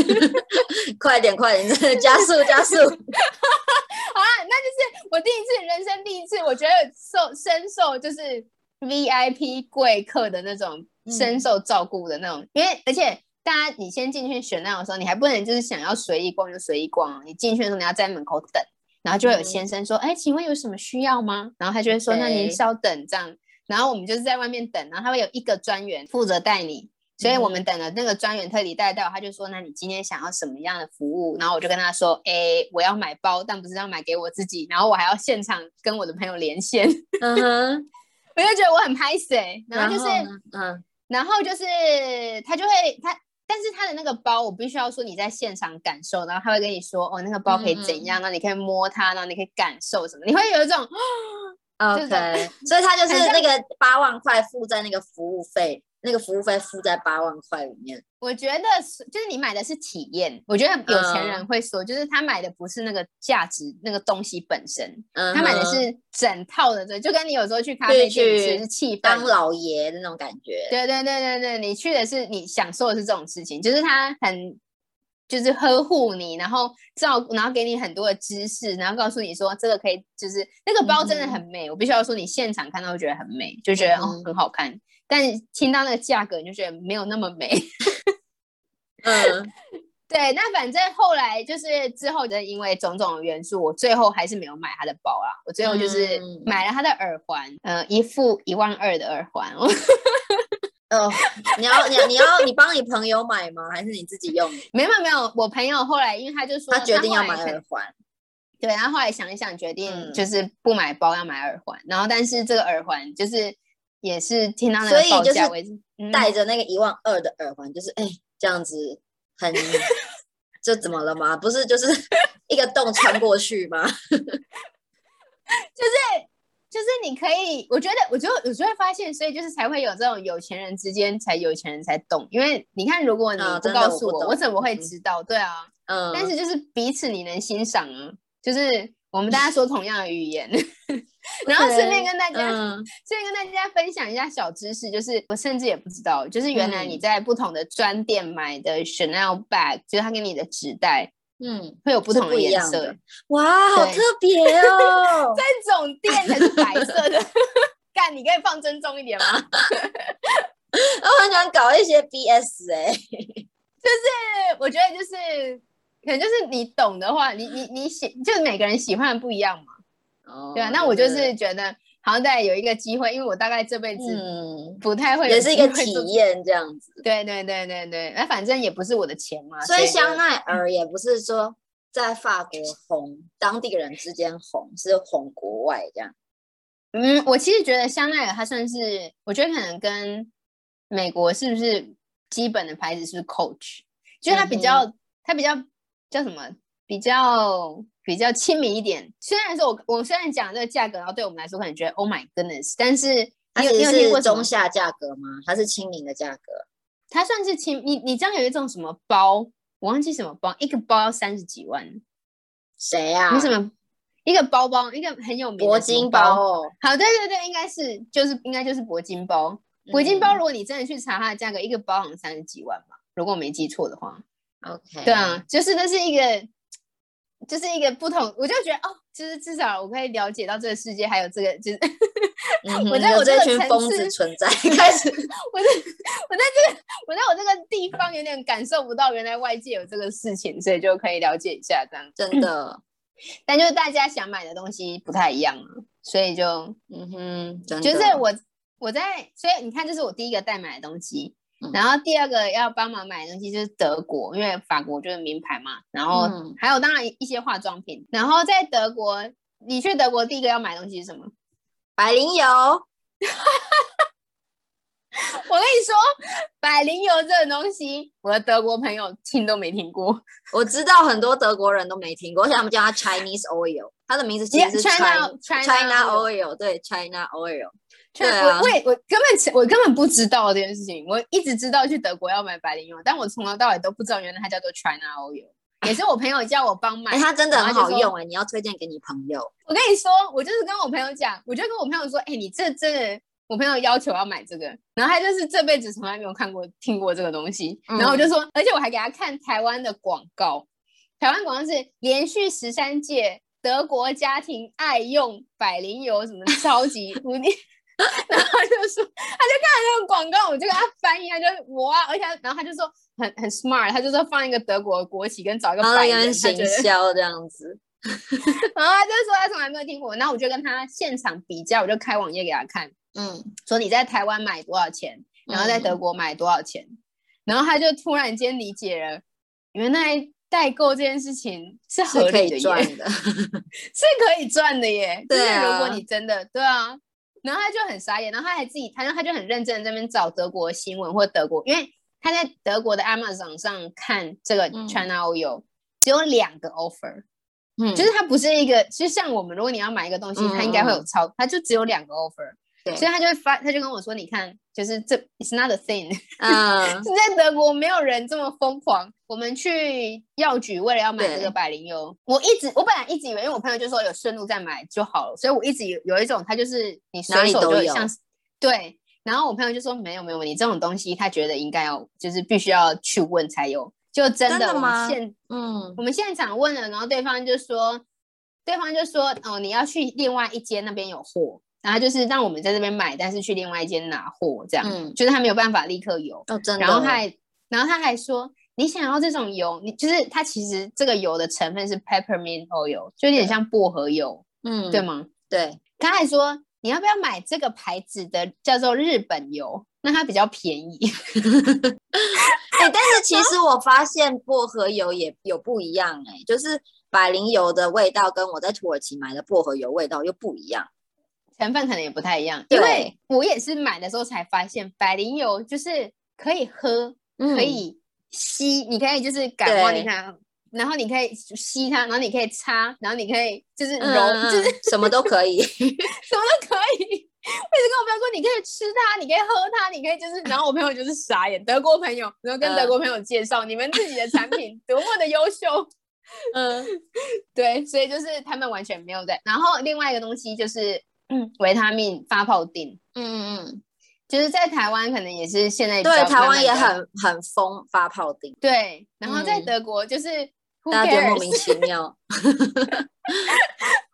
Speaker 1: 快点快点， 真的加速加速，
Speaker 2: 好啊！那就是我第一次人生第一次，我觉得受深受就是 VIP 贵客的那种
Speaker 1: 嗯
Speaker 2: 深受照顾的那种，因为而且大家你先进去选那的时候，你还不能就是想要随意逛就随意逛哦，你进去的时候你要在门口等，然后就会有
Speaker 1: 嗯
Speaker 2: 先生说：“哎、请问有什么需要吗？”然后他就会说：“那您
Speaker 1: OK
Speaker 2: 稍等。”这样，然后我们就是在外面等，然后他会有一个专员负责带你。所以我们等了那个专员特地带到，他就说：“那你今天想要什么样的服务？”然后我就跟他说：“哎、我要买包，但不是要买给我自己，然后我还要现场跟我的朋友连线。”
Speaker 1: 嗯哼，
Speaker 2: 我就觉得我很拍谁、然后就是
Speaker 1: 呢嗯
Speaker 2: 然后就是他就会他，但是他的那个包，我必须要说你在现场感受，然后他会跟你说哦，那个包可以怎样，那、你可以摸它，然后你可以感受什么，你会有一种就是
Speaker 1: ，OK，所以 他就是
Speaker 2: 很像
Speaker 1: 那个八万块付在那个服务费，那个服务费付在八万块里面，
Speaker 2: 我觉得是就是你买的是体验，我觉得有钱人会说，就是他买的不是那个价值那个东西本身，
Speaker 1: 嗯哼，
Speaker 2: 他买的是整套的，对，就跟你有时候去咖啡店你
Speaker 1: 去
Speaker 2: 吃是气
Speaker 1: 当
Speaker 2: 氛。
Speaker 1: 老爷的那种感觉，
Speaker 2: 对对对对对，你去的是你享受的是这种事情，就是他很就是呵护你，然后照顾，然后给你很多的知识，然后告诉你说这个可以，就是那个包真的很美，我必须要说你现场看到会觉得很美，就觉得、
Speaker 1: 嗯
Speaker 2: 哦
Speaker 1: 哼
Speaker 2: 很好看，但听到那个价格你就觉得没有那么美。
Speaker 1: 嗯，
Speaker 2: 对，那反正后来就是之后的，因为种种元素，我最后还是没有买他的包啦。我最后就是
Speaker 1: 嗯
Speaker 2: 买了他的耳环，呃，一副一万二的耳环。 我
Speaker 1: 哦，你要你要你要你帮你朋友买吗？还是你自己 用？
Speaker 2: 没有没有，我朋友后来因为他就说
Speaker 1: 他决定要
Speaker 2: 后来
Speaker 1: 买
Speaker 2: 可能
Speaker 1: 耳环，
Speaker 2: 对，然后后来想一想，决定
Speaker 1: 嗯
Speaker 2: 就是不买包，要买耳环。然后，但是这个耳环就是也是听到那
Speaker 1: 所
Speaker 2: 个
Speaker 1: 以
Speaker 2: 报
Speaker 1: 就
Speaker 2: 价
Speaker 1: 是
Speaker 2: 为止，嗯
Speaker 1: 戴着那个一万二的耳环，就是哎、这样子 很，这怎么了吗？不是就是 一个洞穿过去吗？
Speaker 2: 就是你可以，我觉得，我就我就会发现，所以就是才会有这种有钱人之间才有钱人才懂，因为你看，如果你
Speaker 1: 啊
Speaker 2: 不
Speaker 1: 真的
Speaker 2: 告
Speaker 1: 我
Speaker 2: 诉
Speaker 1: 不
Speaker 2: 我，我
Speaker 1: 懂
Speaker 2: 怎么会
Speaker 1: 嗯
Speaker 2: 知道？对啊，
Speaker 1: 嗯，
Speaker 2: 但是就是彼此你能欣赏啊，就是我们大家说同样的语 言，然后顺便跟大家
Speaker 1: 嗯
Speaker 2: 所以跟大家分享一下小知识，就是我甚至也不知道，就是原来
Speaker 1: 嗯
Speaker 2: 你在不同的专店买的 Chanel bag，、就是它给你的纸袋
Speaker 1: 嗯，
Speaker 2: 会有不
Speaker 1: 是
Speaker 2: 同
Speaker 1: 不一
Speaker 2: 颜
Speaker 1: 样
Speaker 2: 色，
Speaker 1: 的哇，好
Speaker 2: 对
Speaker 1: 特别哦！
Speaker 2: 但总店才是白色的。 干，你可以放尊重一点 吗？
Speaker 1: 我很想搞一些 BS 哎、
Speaker 2: 对，我觉得就是。可能就是你懂的话，你你你喜，就是每个人喜欢的不一样嘛，
Speaker 1: 哦
Speaker 2: 对啊。那我就
Speaker 1: 真的
Speaker 2: 是觉得，好像在有一个机会，因为我大概这辈子
Speaker 1: 嗯，
Speaker 2: 不太会有
Speaker 1: 也是一个
Speaker 2: 机会
Speaker 1: 体
Speaker 2: 做
Speaker 1: 验这样子。
Speaker 2: 对对对对对，那反正也不是我的钱嘛，
Speaker 1: 所以
Speaker 2: 就
Speaker 1: 香奈儿也不是说在法国红，当地人之间红，是红国外这样。
Speaker 2: 嗯，我其实觉得香奈儿它算是，我觉得可能跟美国是不是基本的牌子是 Coach，就是它
Speaker 1: 嗯
Speaker 2: 比较、它比较叫什么？比较比较亲民一点。虽然说我我虽然讲这个价格，然后对我们来说可能觉得 Oh my goodness，但是
Speaker 1: 它
Speaker 2: 你有
Speaker 1: 其
Speaker 2: 你有
Speaker 1: 实
Speaker 2: 听过
Speaker 1: 是
Speaker 2: 什么
Speaker 1: 中下价格吗？它是亲民的价格？
Speaker 2: 它算是亲你你知道有一种什么包，我忘记什么包，一个包要三十几万，
Speaker 1: 谁啊
Speaker 2: 你？什么一个包包，一个很有名的
Speaker 1: 铂
Speaker 2: 什么
Speaker 1: 金
Speaker 2: 包
Speaker 1: 包。哦，
Speaker 2: 好，对对对，应该是就是应该就是铂金包。
Speaker 1: 嗯
Speaker 2: 铂金包，如果你真的去查它的价格，一个包好像三十几万吧，如果我没记错的话。
Speaker 1: 嗯 OK，
Speaker 2: 对，啊，就是那是一个，就是一个不同，我就觉得哦，就是至少我可以了解到这个世界还有这个，就是
Speaker 1: 嗯哼
Speaker 2: 我在
Speaker 1: 有
Speaker 2: 我这
Speaker 1: 这
Speaker 2: 个
Speaker 1: 群
Speaker 2: 层
Speaker 1: 疯
Speaker 2: 次
Speaker 1: 子存在 开始，
Speaker 2: 我在我在这个我在我这个地方有点感受不到原来外界有这个事情，所以就可以了解一下这样。
Speaker 1: 真 的，
Speaker 2: 但就是大家想买的东西不太一样了，所以就
Speaker 1: 嗯哼，真的，
Speaker 2: 就是我我在，所以你看，这是我第一个代买的东西。
Speaker 1: 嗯
Speaker 2: 然后第二个要帮忙买的东西就是德国，因为法国就是名牌嘛。然后
Speaker 1: 嗯
Speaker 2: 还有当然一些化妆品。然后在德国，你去德国第一个要买的东西是什么？
Speaker 1: 百灵油，
Speaker 2: 我跟你说，百灵油这种东西，我的德国朋友听都没听过。
Speaker 1: 我知道很多德国人都没听过，而且他们叫它 Chinese Oil，它的名字其实是
Speaker 2: China China
Speaker 1: China Oil，对 China Oil，
Speaker 2: 对
Speaker 1: 对啊
Speaker 2: 我我也我根本我根本不知道这件事情，我一直知道去德国要买百灵油，但我从头到尾都不知道原来它叫做 China Oil，也是我朋友叫我帮买
Speaker 1: 哎，。它真的
Speaker 2: 然后
Speaker 1: 很
Speaker 2: 就
Speaker 1: 好
Speaker 2: 说
Speaker 1: 用哎，你要推荐给你朋友，
Speaker 2: 我跟你说，我就是跟我朋友讲，我就跟我朋友说，哎、你这真的，我朋友要求要买这个，然后他就是这辈子从来没有看过、听过这个东西，
Speaker 1: 嗯
Speaker 2: 然后我就说，而且我还给他看台湾的广告，台湾广告是连续十三届德国家庭爱用百灵油什么超级无敌。然后他就说，他就看了那个广告，我就给他翻译，他就哇，而且他然后他就说很很 smart，他就说放一个德国的国旗跟找一个
Speaker 1: 然后
Speaker 2: 白
Speaker 1: 有
Speaker 2: 人，
Speaker 1: 点
Speaker 2: 他觉
Speaker 1: 行
Speaker 2: 得
Speaker 1: 销这样子，
Speaker 2: 然后他就说他从来没有听过，那我就跟他现场比较，我就开网页给他看，
Speaker 1: 嗯，
Speaker 2: 说你在台湾买多少钱，然后在德国买多少钱，然后他就突然间理解了，原来代购这件事情是
Speaker 1: 是
Speaker 2: 合
Speaker 1: 可
Speaker 2: 理的
Speaker 1: 以赚
Speaker 2: 耶，
Speaker 1: 的，
Speaker 2: 是可以赚的耶，
Speaker 1: 对
Speaker 2: 就是如
Speaker 1: 啊
Speaker 2: 果你真的对啊，然后他就很傻眼，然后他还自己，他就他就很认真地在那边找德国新闻或德国，因为他在德国的 Amazon 上看这个
Speaker 1: 嗯
Speaker 2: China Oil、只有两个 offer。
Speaker 1: 嗯，
Speaker 2: 就是它不是一个，就像我们，如果你要买一个东西，
Speaker 1: 嗯
Speaker 2: 它应该会有超，它就只有两个 offer，
Speaker 1: 对
Speaker 2: 所以他就会发，他就跟我说，你看，就是这 it's not a thing，
Speaker 1: 嗯，
Speaker 2: 是在德国没有人这么疯狂。我们去药局为了要买
Speaker 1: 对
Speaker 2: 这个百灵油，我一直我本来一直以为，因为我朋友就说有顺路再买就好了，所以我一直有有一种，它就是你
Speaker 1: 哪
Speaker 2: 随
Speaker 1: 里
Speaker 2: 手
Speaker 1: 都
Speaker 2: 就
Speaker 1: 有
Speaker 2: 像是对。然后我朋友就说没有没有，你这种东西他觉得应该要就是必须要去问才有，就真
Speaker 1: 真
Speaker 2: 的
Speaker 1: 的
Speaker 2: 我
Speaker 1: 吗
Speaker 2: 们现
Speaker 1: 嗯，
Speaker 2: 我们现场问了，然后对方就说，对方就说，哦，你要去另外一间那边有货，然后就是让我们在这边买，但是去另外一间拿货，这样，
Speaker 1: 嗯
Speaker 2: 就是他没有办法立刻有，
Speaker 1: 哦，真的，
Speaker 2: 然后他还，然后他还说，你想要这种油，你就是它其实这个油的成分是 peppermint oil，就有点像薄荷油，
Speaker 1: 嗯，
Speaker 2: 对吗？
Speaker 1: 对，
Speaker 2: 他还说，你要不要买这个牌子的叫做日本油？那它比较便宜，
Speaker 1: 哎，但是其实我发现薄荷油也有不一样哎，就是百灵油的味道跟我在土耳其买的薄荷油味道又不一样。
Speaker 2: 成分可能也不太一样，
Speaker 1: 对
Speaker 2: 因为我也是买的时候才发现，百灵油就是可以喝，
Speaker 1: 嗯
Speaker 2: 可以吸，你可以就是感冒，
Speaker 1: 对
Speaker 2: 你看，然后你可以吸它，然后你可以擦，然后你可以就是揉，
Speaker 1: 嗯，
Speaker 2: 就是
Speaker 1: 嗯什么都可以。
Speaker 2: 什么都可以。我一直跟我朋友说，你可以吃它，你可以喝它，你可以就是，然后我朋友就是傻眼，德国朋友，然后跟德
Speaker 1: 嗯
Speaker 2: 国朋友介绍、你们自己的产品多么的优秀，
Speaker 1: 嗯，
Speaker 2: 对，所以就是他们完全没有在。然后另外一个东西就是， 嗯，维他命发泡锭。
Speaker 1: 嗯嗯
Speaker 2: 就是在台湾可能也是现在
Speaker 1: 嗯，
Speaker 2: 比较
Speaker 1: 对，台
Speaker 2: 慢
Speaker 1: 湾
Speaker 2: 慢
Speaker 1: 也
Speaker 2: 的
Speaker 1: 很很疯发泡钉，
Speaker 2: 对，然后在
Speaker 1: 嗯
Speaker 2: 德国就是 who
Speaker 1: 大家觉得莫
Speaker 2: cares，
Speaker 1: 名其妙。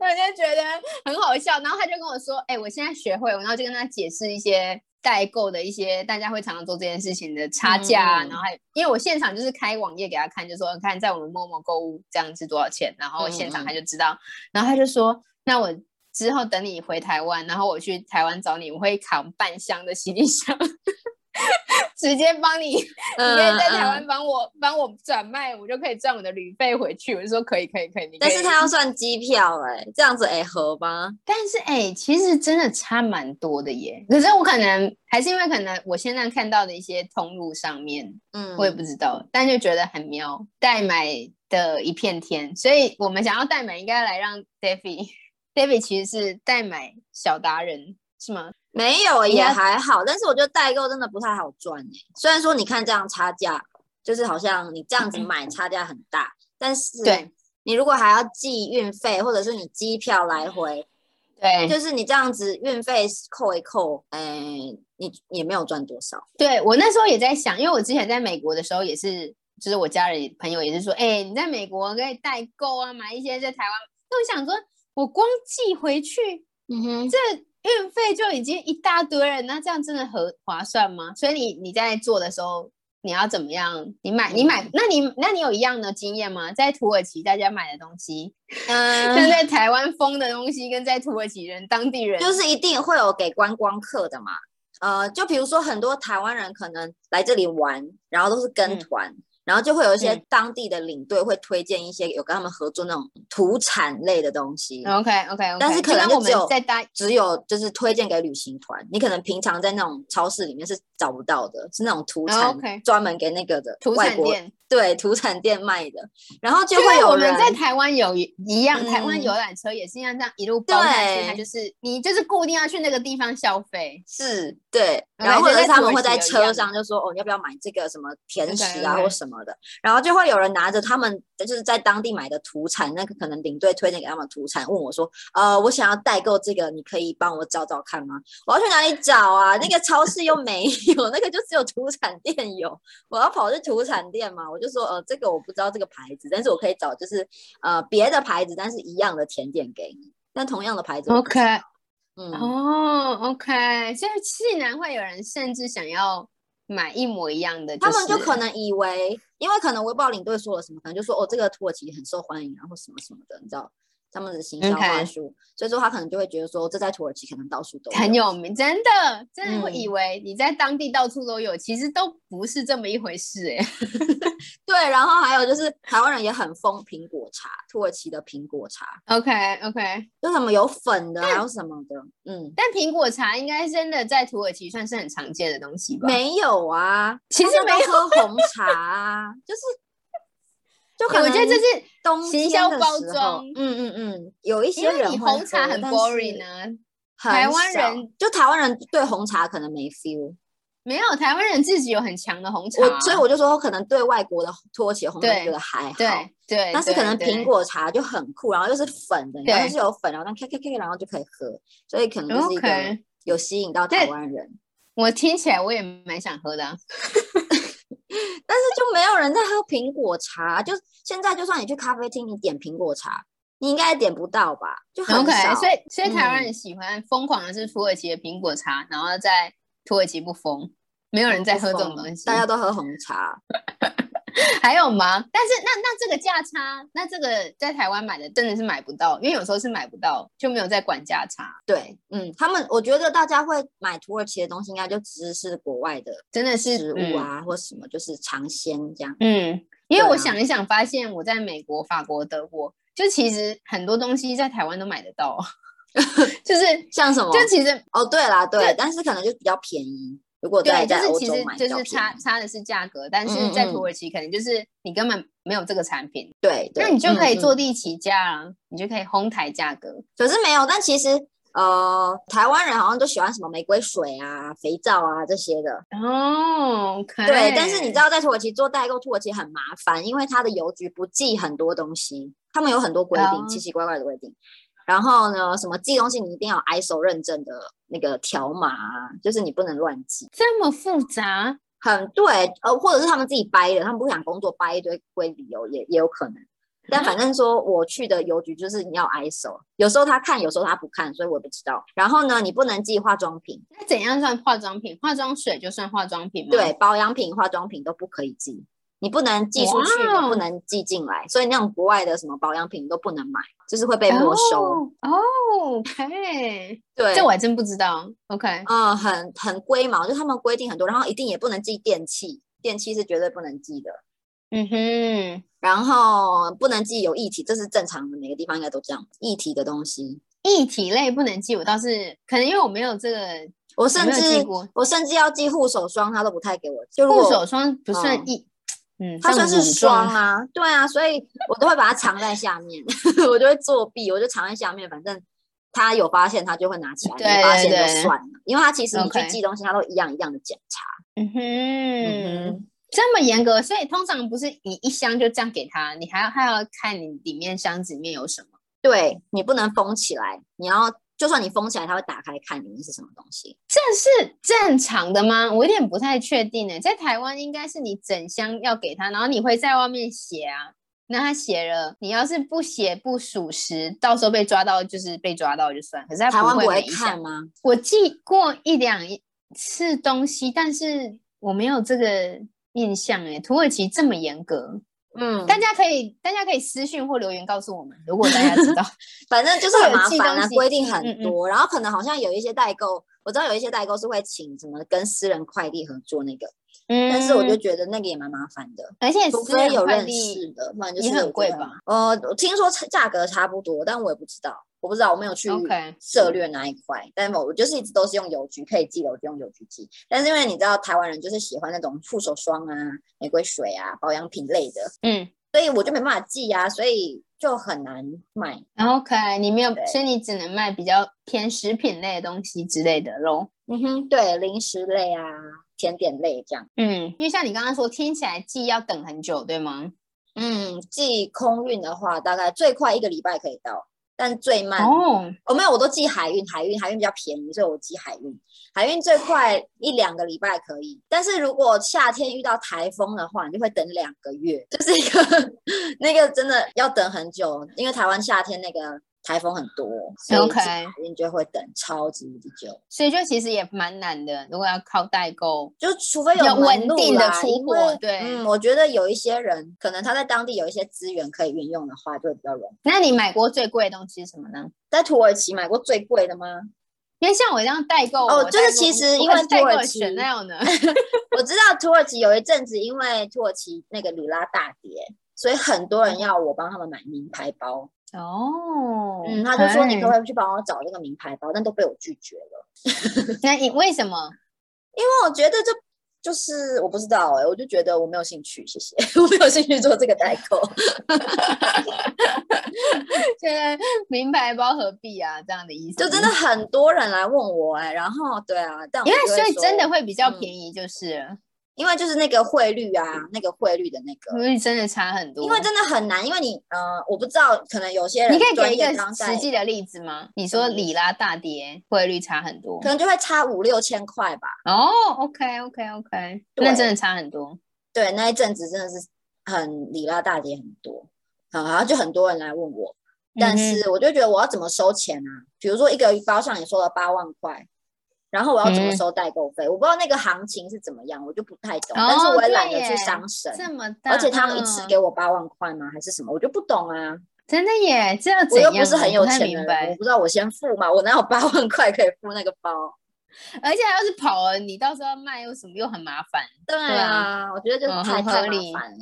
Speaker 2: 我就觉得很好笑。然后他就跟我说：“哎、我现在学会了。”然后就跟他解释一些代购的一些大家会常常做这件事情的差价啊，
Speaker 1: 嗯嗯
Speaker 2: 然后还因为我现场就是开网页给他看，就说看在我们陌陌购物这样是多少钱，然
Speaker 1: 嗯
Speaker 2: 后现场他就知道，然后他就说：“那我。”之后等你回台湾，然后我去台湾找你，我会扛半箱的行李箱。 直接帮你，直
Speaker 1: 嗯
Speaker 2: 接在台
Speaker 1: 嗯
Speaker 2: 湾帮我帮我转卖，我就可以赚我的旅费回去。我就说可以可以可以，你可
Speaker 1: 但
Speaker 2: 以
Speaker 1: 是他要算机票哎、这样子哎、合吗？
Speaker 2: 但是哎、其实真的差蛮多的耶。可是我可能还是因为可能我现在看到的一些通路上面，
Speaker 1: 嗯，
Speaker 2: 我也不知道，但就觉得很妙，代买的一片天。所以我们想要代买，应该来让 David，David 其实是代买小达人是吗？
Speaker 1: 没有也
Speaker 2: 应该
Speaker 1: 还好，但是我觉得代购真的不太好赚哎、虽然说你看这样差价，就是好像你这样子买差价很大，但是
Speaker 2: 嗯
Speaker 1: 啊
Speaker 2: 对
Speaker 1: 你如果还要寄运费或者是你机票来回，
Speaker 2: 对，
Speaker 1: 就是你这样子运费扣一扣，哎、你也没有赚多少。
Speaker 2: 对我那时候也在想，因为我之前在美国的时候也是，就是我家人朋友也是说，哎、你在美国可以代购啊，买一些在台湾。那我想说，我光寄回去
Speaker 1: 嗯哼，
Speaker 2: 运费就已经一大堆了，那这样真的合划算吗？所以你你在做的时候，你要怎么样？你买你
Speaker 1: 嗯
Speaker 2: 买，那你那你有一样的经验吗？在土耳其大家买的东西，跟
Speaker 1: 嗯，
Speaker 2: 在台湾疯的东西，跟在土耳其人当地人
Speaker 1: 就是一定会有给观光客的嘛。呃，就比如说很多台湾人可能来这里玩，然后都是跟
Speaker 2: 嗯
Speaker 1: 团，然后就会有一些
Speaker 2: 嗯
Speaker 1: 当地的领队会推荐一些有跟他们合作那种土产类的东西，
Speaker 2: OK OK OK，
Speaker 1: 但是可能
Speaker 2: 我
Speaker 1: 就只有
Speaker 2: 们在搭
Speaker 1: 只有就是推荐给旅行团，你可能平常在那种超市里面是找不到的，是那种土
Speaker 2: 哦
Speaker 1: 产
Speaker 2: ，OK
Speaker 1: 专门给那个的
Speaker 2: 土
Speaker 1: 外
Speaker 2: 产
Speaker 1: 国
Speaker 2: 店。
Speaker 1: 对土产店卖的，然后就
Speaker 2: 就
Speaker 1: 会
Speaker 2: 跟
Speaker 1: 有
Speaker 2: 我们
Speaker 1: 人
Speaker 2: 在台湾有一一样，台湾
Speaker 1: 嗯
Speaker 2: 游览车也是一样，这样一路包下去，
Speaker 1: 对
Speaker 2: 它就是你就是固定要去那个地方消费。
Speaker 1: 是对，
Speaker 2: OK，
Speaker 1: 然后或者
Speaker 2: 所以
Speaker 1: 是
Speaker 2: 嗯在
Speaker 1: 他
Speaker 2: 土
Speaker 1: 们
Speaker 2: 耳
Speaker 1: 会
Speaker 2: 其
Speaker 1: 在
Speaker 2: 有一
Speaker 1: 车
Speaker 2: 样
Speaker 1: 上就说哦，你要不要买这个什么甜
Speaker 2: OK，
Speaker 1: 食啊
Speaker 2: OK
Speaker 1: 或什么的，然后就会有人拿着他们就是在当地买的土产，那个可能领队推荐给他们的土产，问我说，呃，我想要代购这个，你可以帮我找找看吗？我要去哪里找啊？那个超市又没有，那个就只有土产店有，我要跑去土产店嘛？我就说，呃，这个我不知道这个牌子，但是我可以找就是呃别的牌子，但是一样的甜点给你，但同样的牌子我不知道嗯。
Speaker 2: 哦，OK，所以竟然会有人甚至想要买一模一样的，
Speaker 1: 他们就是可能以为，因为可能微报领队说了什么，可能就说哦，这个土耳其很受欢迎，然啊后什么什么的，你知道他们的行销
Speaker 2: OK
Speaker 1: 话术所以说他可能就会觉得说，哦这在土耳其可能到处都有。
Speaker 2: 很有名，真的真的会
Speaker 1: 嗯
Speaker 2: 以为你在当地到处都有，其实都不是这么一回事哎、
Speaker 1: 对，然后还有就是台湾人也很疯苹果茶，土耳其的苹果茶，
Speaker 2: OK OK，
Speaker 1: 就什么有粉的，还有什么的，嗯，
Speaker 2: 但苹果茶应该真的在土耳其算是很常见的东西吧？
Speaker 1: 没有啊，
Speaker 2: 其
Speaker 1: 大
Speaker 2: 实
Speaker 1: 家都
Speaker 2: 没
Speaker 1: 喝红茶啊， 就是。就可
Speaker 2: 欸
Speaker 1: 能
Speaker 2: 我觉得这是
Speaker 1: 冬
Speaker 2: 行
Speaker 1: 天
Speaker 2: 销
Speaker 1: 的
Speaker 2: 包
Speaker 1: 时候
Speaker 2: 装
Speaker 1: 嗯嗯嗯，有一
Speaker 2: 因
Speaker 1: 些
Speaker 2: 为
Speaker 1: 人
Speaker 2: 你
Speaker 1: 会
Speaker 2: 红茶
Speaker 1: 喝
Speaker 2: 很
Speaker 1: 但是
Speaker 2: boring 啊，
Speaker 1: 很
Speaker 2: 台湾
Speaker 1: 少
Speaker 2: 人
Speaker 1: 就台湾人对红茶可能没 feel，
Speaker 2: 没有，台湾人自己有很强的红茶，啊
Speaker 1: 我所以我就说可能对外国的土耳其红茶
Speaker 2: 对
Speaker 1: 觉得还好，
Speaker 2: 对对，
Speaker 1: 但是可
Speaker 2: 对
Speaker 1: 能苹，果茶就很酷，然后又是粉的，然后
Speaker 2: 对
Speaker 1: 是有粉，然后那 K K K，然后就可以喝，所以可能
Speaker 2: 对
Speaker 1: 就是一个
Speaker 2: OK，
Speaker 1: 有吸引到台湾人，
Speaker 2: 我听起来我也蛮想喝的啊、
Speaker 1: 但是就没有人在喝苹果茶，就现在就算你去咖啡厅，你点苹果茶，你应该也点不到吧？就很
Speaker 2: OK，
Speaker 1: 少，
Speaker 2: 所以所以台湾
Speaker 1: 嗯
Speaker 2: 人喜欢疯狂的是土耳其的苹果茶，然后在土耳其不疯，没有人在喝这种东西。
Speaker 1: 哦大家都喝红茶，
Speaker 2: 还有吗？但是那那这个价差，那这个在台湾买的真的是买不到，因为有时候是买不到，就没有在管价差，
Speaker 1: 对，嗯，他们我觉得大家会买土耳其的东西，应该就只是国外的
Speaker 2: 真的是
Speaker 1: 食
Speaker 2: 嗯
Speaker 1: 物啊，或什么就是尝鲜这样。
Speaker 2: 嗯，因为
Speaker 1: 对
Speaker 2: 我
Speaker 1: 啊
Speaker 2: 想一想，发现我在美国、法国、德国，就其实很多东西在台湾都买得到，哦 就是
Speaker 1: 像什么？
Speaker 2: 就其实
Speaker 1: 哦，对啦，对
Speaker 2: 对，
Speaker 1: 但是可能就比较便宜。如果在
Speaker 2: 对，
Speaker 1: 在
Speaker 2: 就是
Speaker 1: 欧
Speaker 2: 其
Speaker 1: 洲
Speaker 2: 实
Speaker 1: 买比
Speaker 2: 就
Speaker 1: 较
Speaker 2: 是差
Speaker 1: 便宜，
Speaker 2: 差的是价格，但
Speaker 1: 嗯
Speaker 2: 是
Speaker 1: 嗯
Speaker 2: 在
Speaker 1: 嗯
Speaker 2: 土耳其可能就是你根本没有这个产品，
Speaker 1: 对，对
Speaker 2: 那你就可以。
Speaker 1: 嗯
Speaker 2: 坐
Speaker 1: 嗯
Speaker 2: 地起价啊，你就可以哄抬价格。
Speaker 1: 可是没有，但其实呃，台湾人好像都喜欢什么玫瑰水啊、肥皂啊这些的。
Speaker 2: 哦，OK，
Speaker 1: 对，但是你知道在土耳其做代购，土耳其很麻烦，因为它的邮局不寄很多东西，他们有很多规定，
Speaker 2: 哦
Speaker 1: 奇奇怪怪的规定。然后呢，什么寄东西你一定要有 ISO 认证的那个条码啊，就是你不能乱寄。
Speaker 2: 这么复杂，
Speaker 1: 很对，呃，或者是他们自己掰的，他们不想工作掰一堆归理由也也有可
Speaker 2: 嗯
Speaker 1: 能。但反正说我去的邮局就是你要 ISO，有时候他看，有时候他不看，所以我也不知道。然后呢，你不能寄化妆品，
Speaker 2: 那怎样算化妆品？化妆水就算化妆品吗？
Speaker 1: 对，保养品、化妆品都不可以寄，你不能寄出去，
Speaker 2: 哇哦
Speaker 1: 也不能寄进来，所以那种国外的什么保养品都不能买，就是会被没收。
Speaker 2: 哦哦，OK，
Speaker 1: 对，
Speaker 2: 这我还真不知道。OK，
Speaker 1: 嗯，很很龟毛，就是他们规定很多，然后一定也不能寄电器，电器是绝对不能寄的，
Speaker 2: 嗯哼，
Speaker 1: 然后不能寄有液体，这是正常的，每个地方应该都这样，液体的东西。
Speaker 2: 液体类不能记，我倒是可能因为我没有这个
Speaker 1: 我甚
Speaker 2: 没有记
Speaker 1: 至
Speaker 2: 过
Speaker 1: 我甚至要寄护手霜，他都不太给我。就如
Speaker 2: 护
Speaker 1: 果
Speaker 2: 手霜，不算
Speaker 1: 嗯
Speaker 2: 液，嗯，
Speaker 1: 它算
Speaker 2: 像
Speaker 1: 是
Speaker 2: 乳
Speaker 1: 霜
Speaker 2: 状，
Speaker 1: 啊，对啊，所以我都会把它藏在下面， 我就会作弊，我就藏在下面，反正他有发现他就会拿起来，
Speaker 2: 对
Speaker 1: 没发现
Speaker 2: 对对
Speaker 1: 就算了，因为他其实你去
Speaker 2: OK
Speaker 1: 寄东西，他都一样一样的检查。
Speaker 2: 嗯哼。
Speaker 1: 嗯
Speaker 2: 这么严格，所以通常不是你一箱就这样给他，你还要还要看你里面箱子里面有什么。
Speaker 1: 对你不能封起来，你要就算你封起来，他会打开看里面是什么东西。
Speaker 2: 这是正常的吗？我有点不太确定诶、在台湾应该是你整箱要给他，然后你会在外面写啊。那他写了，你要是不写不属实，到时候被抓到就是被抓到就算。可是他
Speaker 1: 台湾
Speaker 2: 不
Speaker 1: 不会
Speaker 2: 会每一箱
Speaker 1: 看。吗？
Speaker 2: 我寄过一两次东西，但是我没有这个印象诶、土耳其这么严格，
Speaker 1: 嗯，
Speaker 2: 大家可以大家可以私信或留言告诉我们，如果大家 知道。
Speaker 1: 反正就是很麻烦
Speaker 2: 会有
Speaker 1: 啊，
Speaker 2: 寄东西
Speaker 1: 规定很
Speaker 2: 嗯嗯
Speaker 1: 多，然后可能好像有一些代购，我知道有一些代购是会请什么跟私人快递合作那个，
Speaker 2: 嗯
Speaker 1: 但是我就觉得那个也蛮麻烦的。
Speaker 2: 而且
Speaker 1: 除
Speaker 2: 私
Speaker 1: 非
Speaker 2: 人
Speaker 1: 有
Speaker 2: 快
Speaker 1: 认
Speaker 2: 递
Speaker 1: 识的，不然就
Speaker 2: 也
Speaker 1: 是
Speaker 2: 很
Speaker 1: 我觉
Speaker 2: 贵
Speaker 1: 得
Speaker 2: 吧
Speaker 1: 很麻烦？呃，我听说差价格差不多，但我也不知道，我不知道，我没有去
Speaker 2: OK
Speaker 1: 涉略那一块。但我我就是一直都是用邮局可以寄的，我就用邮局寄。但是因为你知道台湾人就是喜欢那种护手霜啊、玫瑰水啊、保养品类的，
Speaker 2: 嗯。
Speaker 1: 所以我就没办法寄啊，所以就很难买。
Speaker 2: OK，你没有，
Speaker 1: 对
Speaker 2: 所以你只能卖比较偏食品类的东西之类的咯。
Speaker 1: 嗯哼，对，零食类啊、甜点类这样。
Speaker 2: 嗯，因为像你刚刚说，听起来寄要等很久，对吗？
Speaker 1: 嗯，寄空运的话，大概最快一个礼拜可以到，但最慢
Speaker 2: 哦，
Speaker 1: 哦，没有，我都寄海运，海运海运比较便宜，所以我寄海运。海运最快一两个礼拜可以，但是如果夏天遇到台风的话，你就会等两个月，就是一个那个真的要等很久，因为台湾夏天那个台风很多，所以寄
Speaker 2: OK
Speaker 1: 海运就会等超级无敌久，
Speaker 2: 所以就其实也蛮难的。如果要靠代购，
Speaker 1: 就除非有
Speaker 2: 要
Speaker 1: 门
Speaker 2: 稳
Speaker 1: 路
Speaker 2: 定地
Speaker 1: 啦
Speaker 2: 出
Speaker 1: 因
Speaker 2: 货
Speaker 1: 为
Speaker 2: 对
Speaker 1: 嗯，我觉得有一些人可能他在当地有一些资源可以运用的话，就会比较容易。
Speaker 2: 那你买过最贵的东西是什么呢？
Speaker 1: 在土耳其买过最贵的吗？
Speaker 2: 因为像我这样代购，
Speaker 1: 哦
Speaker 2: 我
Speaker 1: 就是
Speaker 2: 代购
Speaker 1: 其实
Speaker 2: 我
Speaker 1: 因
Speaker 2: 可
Speaker 1: 为
Speaker 2: 是代
Speaker 1: 土
Speaker 2: 购
Speaker 1: 耳
Speaker 2: 了
Speaker 1: 其
Speaker 2: Chanel 呢，
Speaker 1: 我知道土耳其有一阵子，因为土耳其那个里拉大跌，所以很多人要我帮他们买名牌包。
Speaker 2: 哦，
Speaker 1: 嗯，他就说你可不
Speaker 2: 哎
Speaker 1: 可以去帮我找这个名牌包，但都被我拒绝了，
Speaker 2: 那你为什么？
Speaker 1: 因为我觉得这就是我不知道哎、我就觉得我没有兴趣，谢 谢，我没有兴趣做这个代购。
Speaker 2: 现在 名牌包何必啊？这样的意思
Speaker 1: 就真的，很多人来问我哎、然后对啊，但我
Speaker 2: 因为
Speaker 1: 就会
Speaker 2: 所以真的
Speaker 1: 说，
Speaker 2: 会比较
Speaker 1: 嗯
Speaker 2: 便宜，就是了，
Speaker 1: 因为就是那个汇率啊，那个汇率的那个。
Speaker 2: 因为真的差很多。
Speaker 1: 因为真的很难，因为你呃，我不知道，可能有些人
Speaker 2: 嗯你可以
Speaker 1: 专
Speaker 2: 给一
Speaker 1: 业
Speaker 2: 个
Speaker 1: 当代
Speaker 2: 实际的例子吗？你
Speaker 1: 什么
Speaker 2: 说
Speaker 1: 例
Speaker 2: 里拉大跌，汇率差很多
Speaker 1: 可。能就会差五六千块吧。
Speaker 2: 哦，OK OK OK，那
Speaker 1: 对
Speaker 2: 真的差很多。
Speaker 1: 对，那一阵子真的是很里拉大跌很多，好，然后就很多人来问我，
Speaker 2: 嗯
Speaker 1: 但是我就觉得我要怎么收钱啊？比如说一个包像你说的八万块，然后我要怎么
Speaker 2: 嗯
Speaker 1: 收代购费？我不知道那个行情是怎么样，我就不太懂，
Speaker 2: 哦
Speaker 1: 但是我也懒得
Speaker 2: 对耶
Speaker 1: 去伤神
Speaker 2: 嗯哼。这么大，
Speaker 1: 而且他们一次
Speaker 2: 嗯
Speaker 1: 给我八万块吗？还是什么？我就不懂啊！
Speaker 2: 真的耶，这要怎
Speaker 1: 我又
Speaker 2: 样啊？
Speaker 1: 不是很有
Speaker 2: 太
Speaker 1: 钱的
Speaker 2: 明
Speaker 1: 人，
Speaker 2: 白
Speaker 1: 我。不知道我先付嘛，我哪有八万块可以付那个包？
Speaker 2: 而且要是跑了，你到时候要卖又什么又很麻烦。
Speaker 1: 对啊，
Speaker 2: 对啊
Speaker 1: 我觉得就
Speaker 2: 嗯
Speaker 1: 太、
Speaker 2: 很合
Speaker 1: 太麻
Speaker 2: 理
Speaker 1: 烦了，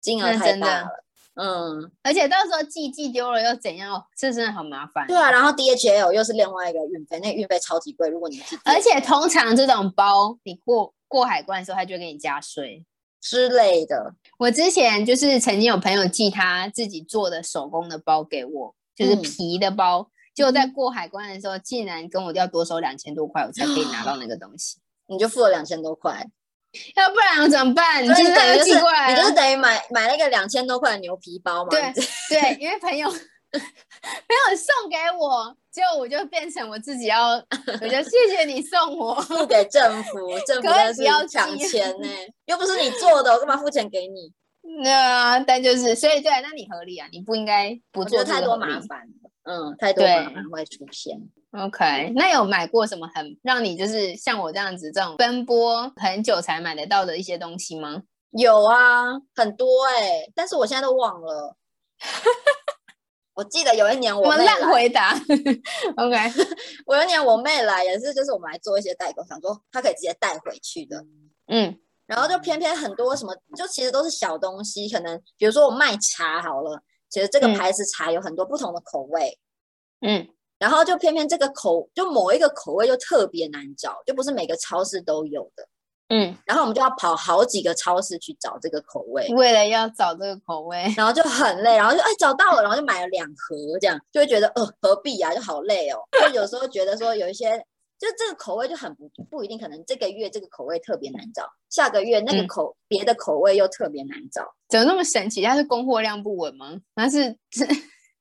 Speaker 1: 金额
Speaker 2: 那
Speaker 1: 太
Speaker 2: 真的
Speaker 1: 大了。嗯，
Speaker 2: 而且到时候寄寄丢了又怎样？哦这真的好麻烦。
Speaker 1: 对啊，然后 DHL 又是另外一个运费，那个运费超级贵。如果你是
Speaker 2: 而且
Speaker 1: DHL
Speaker 2: 通常这种包你过过海关的时候，他就会给你加税。
Speaker 1: 之类的，
Speaker 2: 我之前就是曾经有朋友寄他自己做的手工的包给我，就是
Speaker 1: 嗯
Speaker 2: 皮的包，结果在过海关的时候，竟然跟我要多收两千多块，我才可以拿 到那个东西，
Speaker 1: 你就付了两千多块，
Speaker 2: 要不然我怎么办？
Speaker 1: 所以
Speaker 2: 就是
Speaker 1: 你
Speaker 2: 他
Speaker 1: 等于
Speaker 2: 又
Speaker 1: 就是
Speaker 2: 寄过来
Speaker 1: 你就是
Speaker 2: 了，
Speaker 1: 等于买买了一个两千多块的牛皮包嘛。
Speaker 2: 对对，因为朋友朋友送给我，结果我就变成我自己要，我就谢谢你送我，
Speaker 1: 付给政府，政府
Speaker 2: 可以
Speaker 1: 真
Speaker 2: 不要
Speaker 1: 的是抢
Speaker 2: 寄
Speaker 1: 钱呢、又不是你做的，我干嘛付钱给你？
Speaker 2: 那但就是所以对，那你合理啊，你不应该不
Speaker 1: 我觉
Speaker 2: 做
Speaker 1: 得
Speaker 2: 这
Speaker 1: 太
Speaker 2: 个
Speaker 1: 多
Speaker 2: 合
Speaker 1: 麻
Speaker 2: 理
Speaker 1: 烦了，嗯，太多麻
Speaker 2: 对
Speaker 1: 烦会出现。
Speaker 2: OK，那有买过什么很让你就是像我这样子这种奔波很久才买得到的一些东西吗？
Speaker 1: 有啊，很多哎、但是我现在都忘了。我记得有一年
Speaker 2: 我
Speaker 1: 我
Speaker 2: 们
Speaker 1: 妹
Speaker 2: 烂
Speaker 1: 来，
Speaker 2: 回答，OK，
Speaker 1: 我有一年我妹来也是，就是我们来做一些代购，想说她可以直接带回去的。
Speaker 2: 嗯
Speaker 1: 然后就偏偏很多什么，就其实都是小东西，可能比如说我卖茶好了，其实这个
Speaker 2: 嗯
Speaker 1: 牌子茶有很多不同的口味，
Speaker 2: 嗯
Speaker 1: 然后就偏偏这个口就某一个口味就特别难找，就不是每个超市都有的。
Speaker 2: 嗯，
Speaker 1: 然后我们就要跑好几个超市去找这个口味，
Speaker 2: 为了要找这个口味，
Speaker 1: 然后就很累，然后就哎找到了，然后就买了两盒，这样就会觉得呃何必啊，就好累哦。就有时候觉得说有一些就这个口味就很不不一定，可能这个月这个口味特别难找，下个月那个
Speaker 2: 嗯
Speaker 1: 口、别的口味又特别难找，
Speaker 2: 怎么那么神奇？它是供货量不稳吗？那是这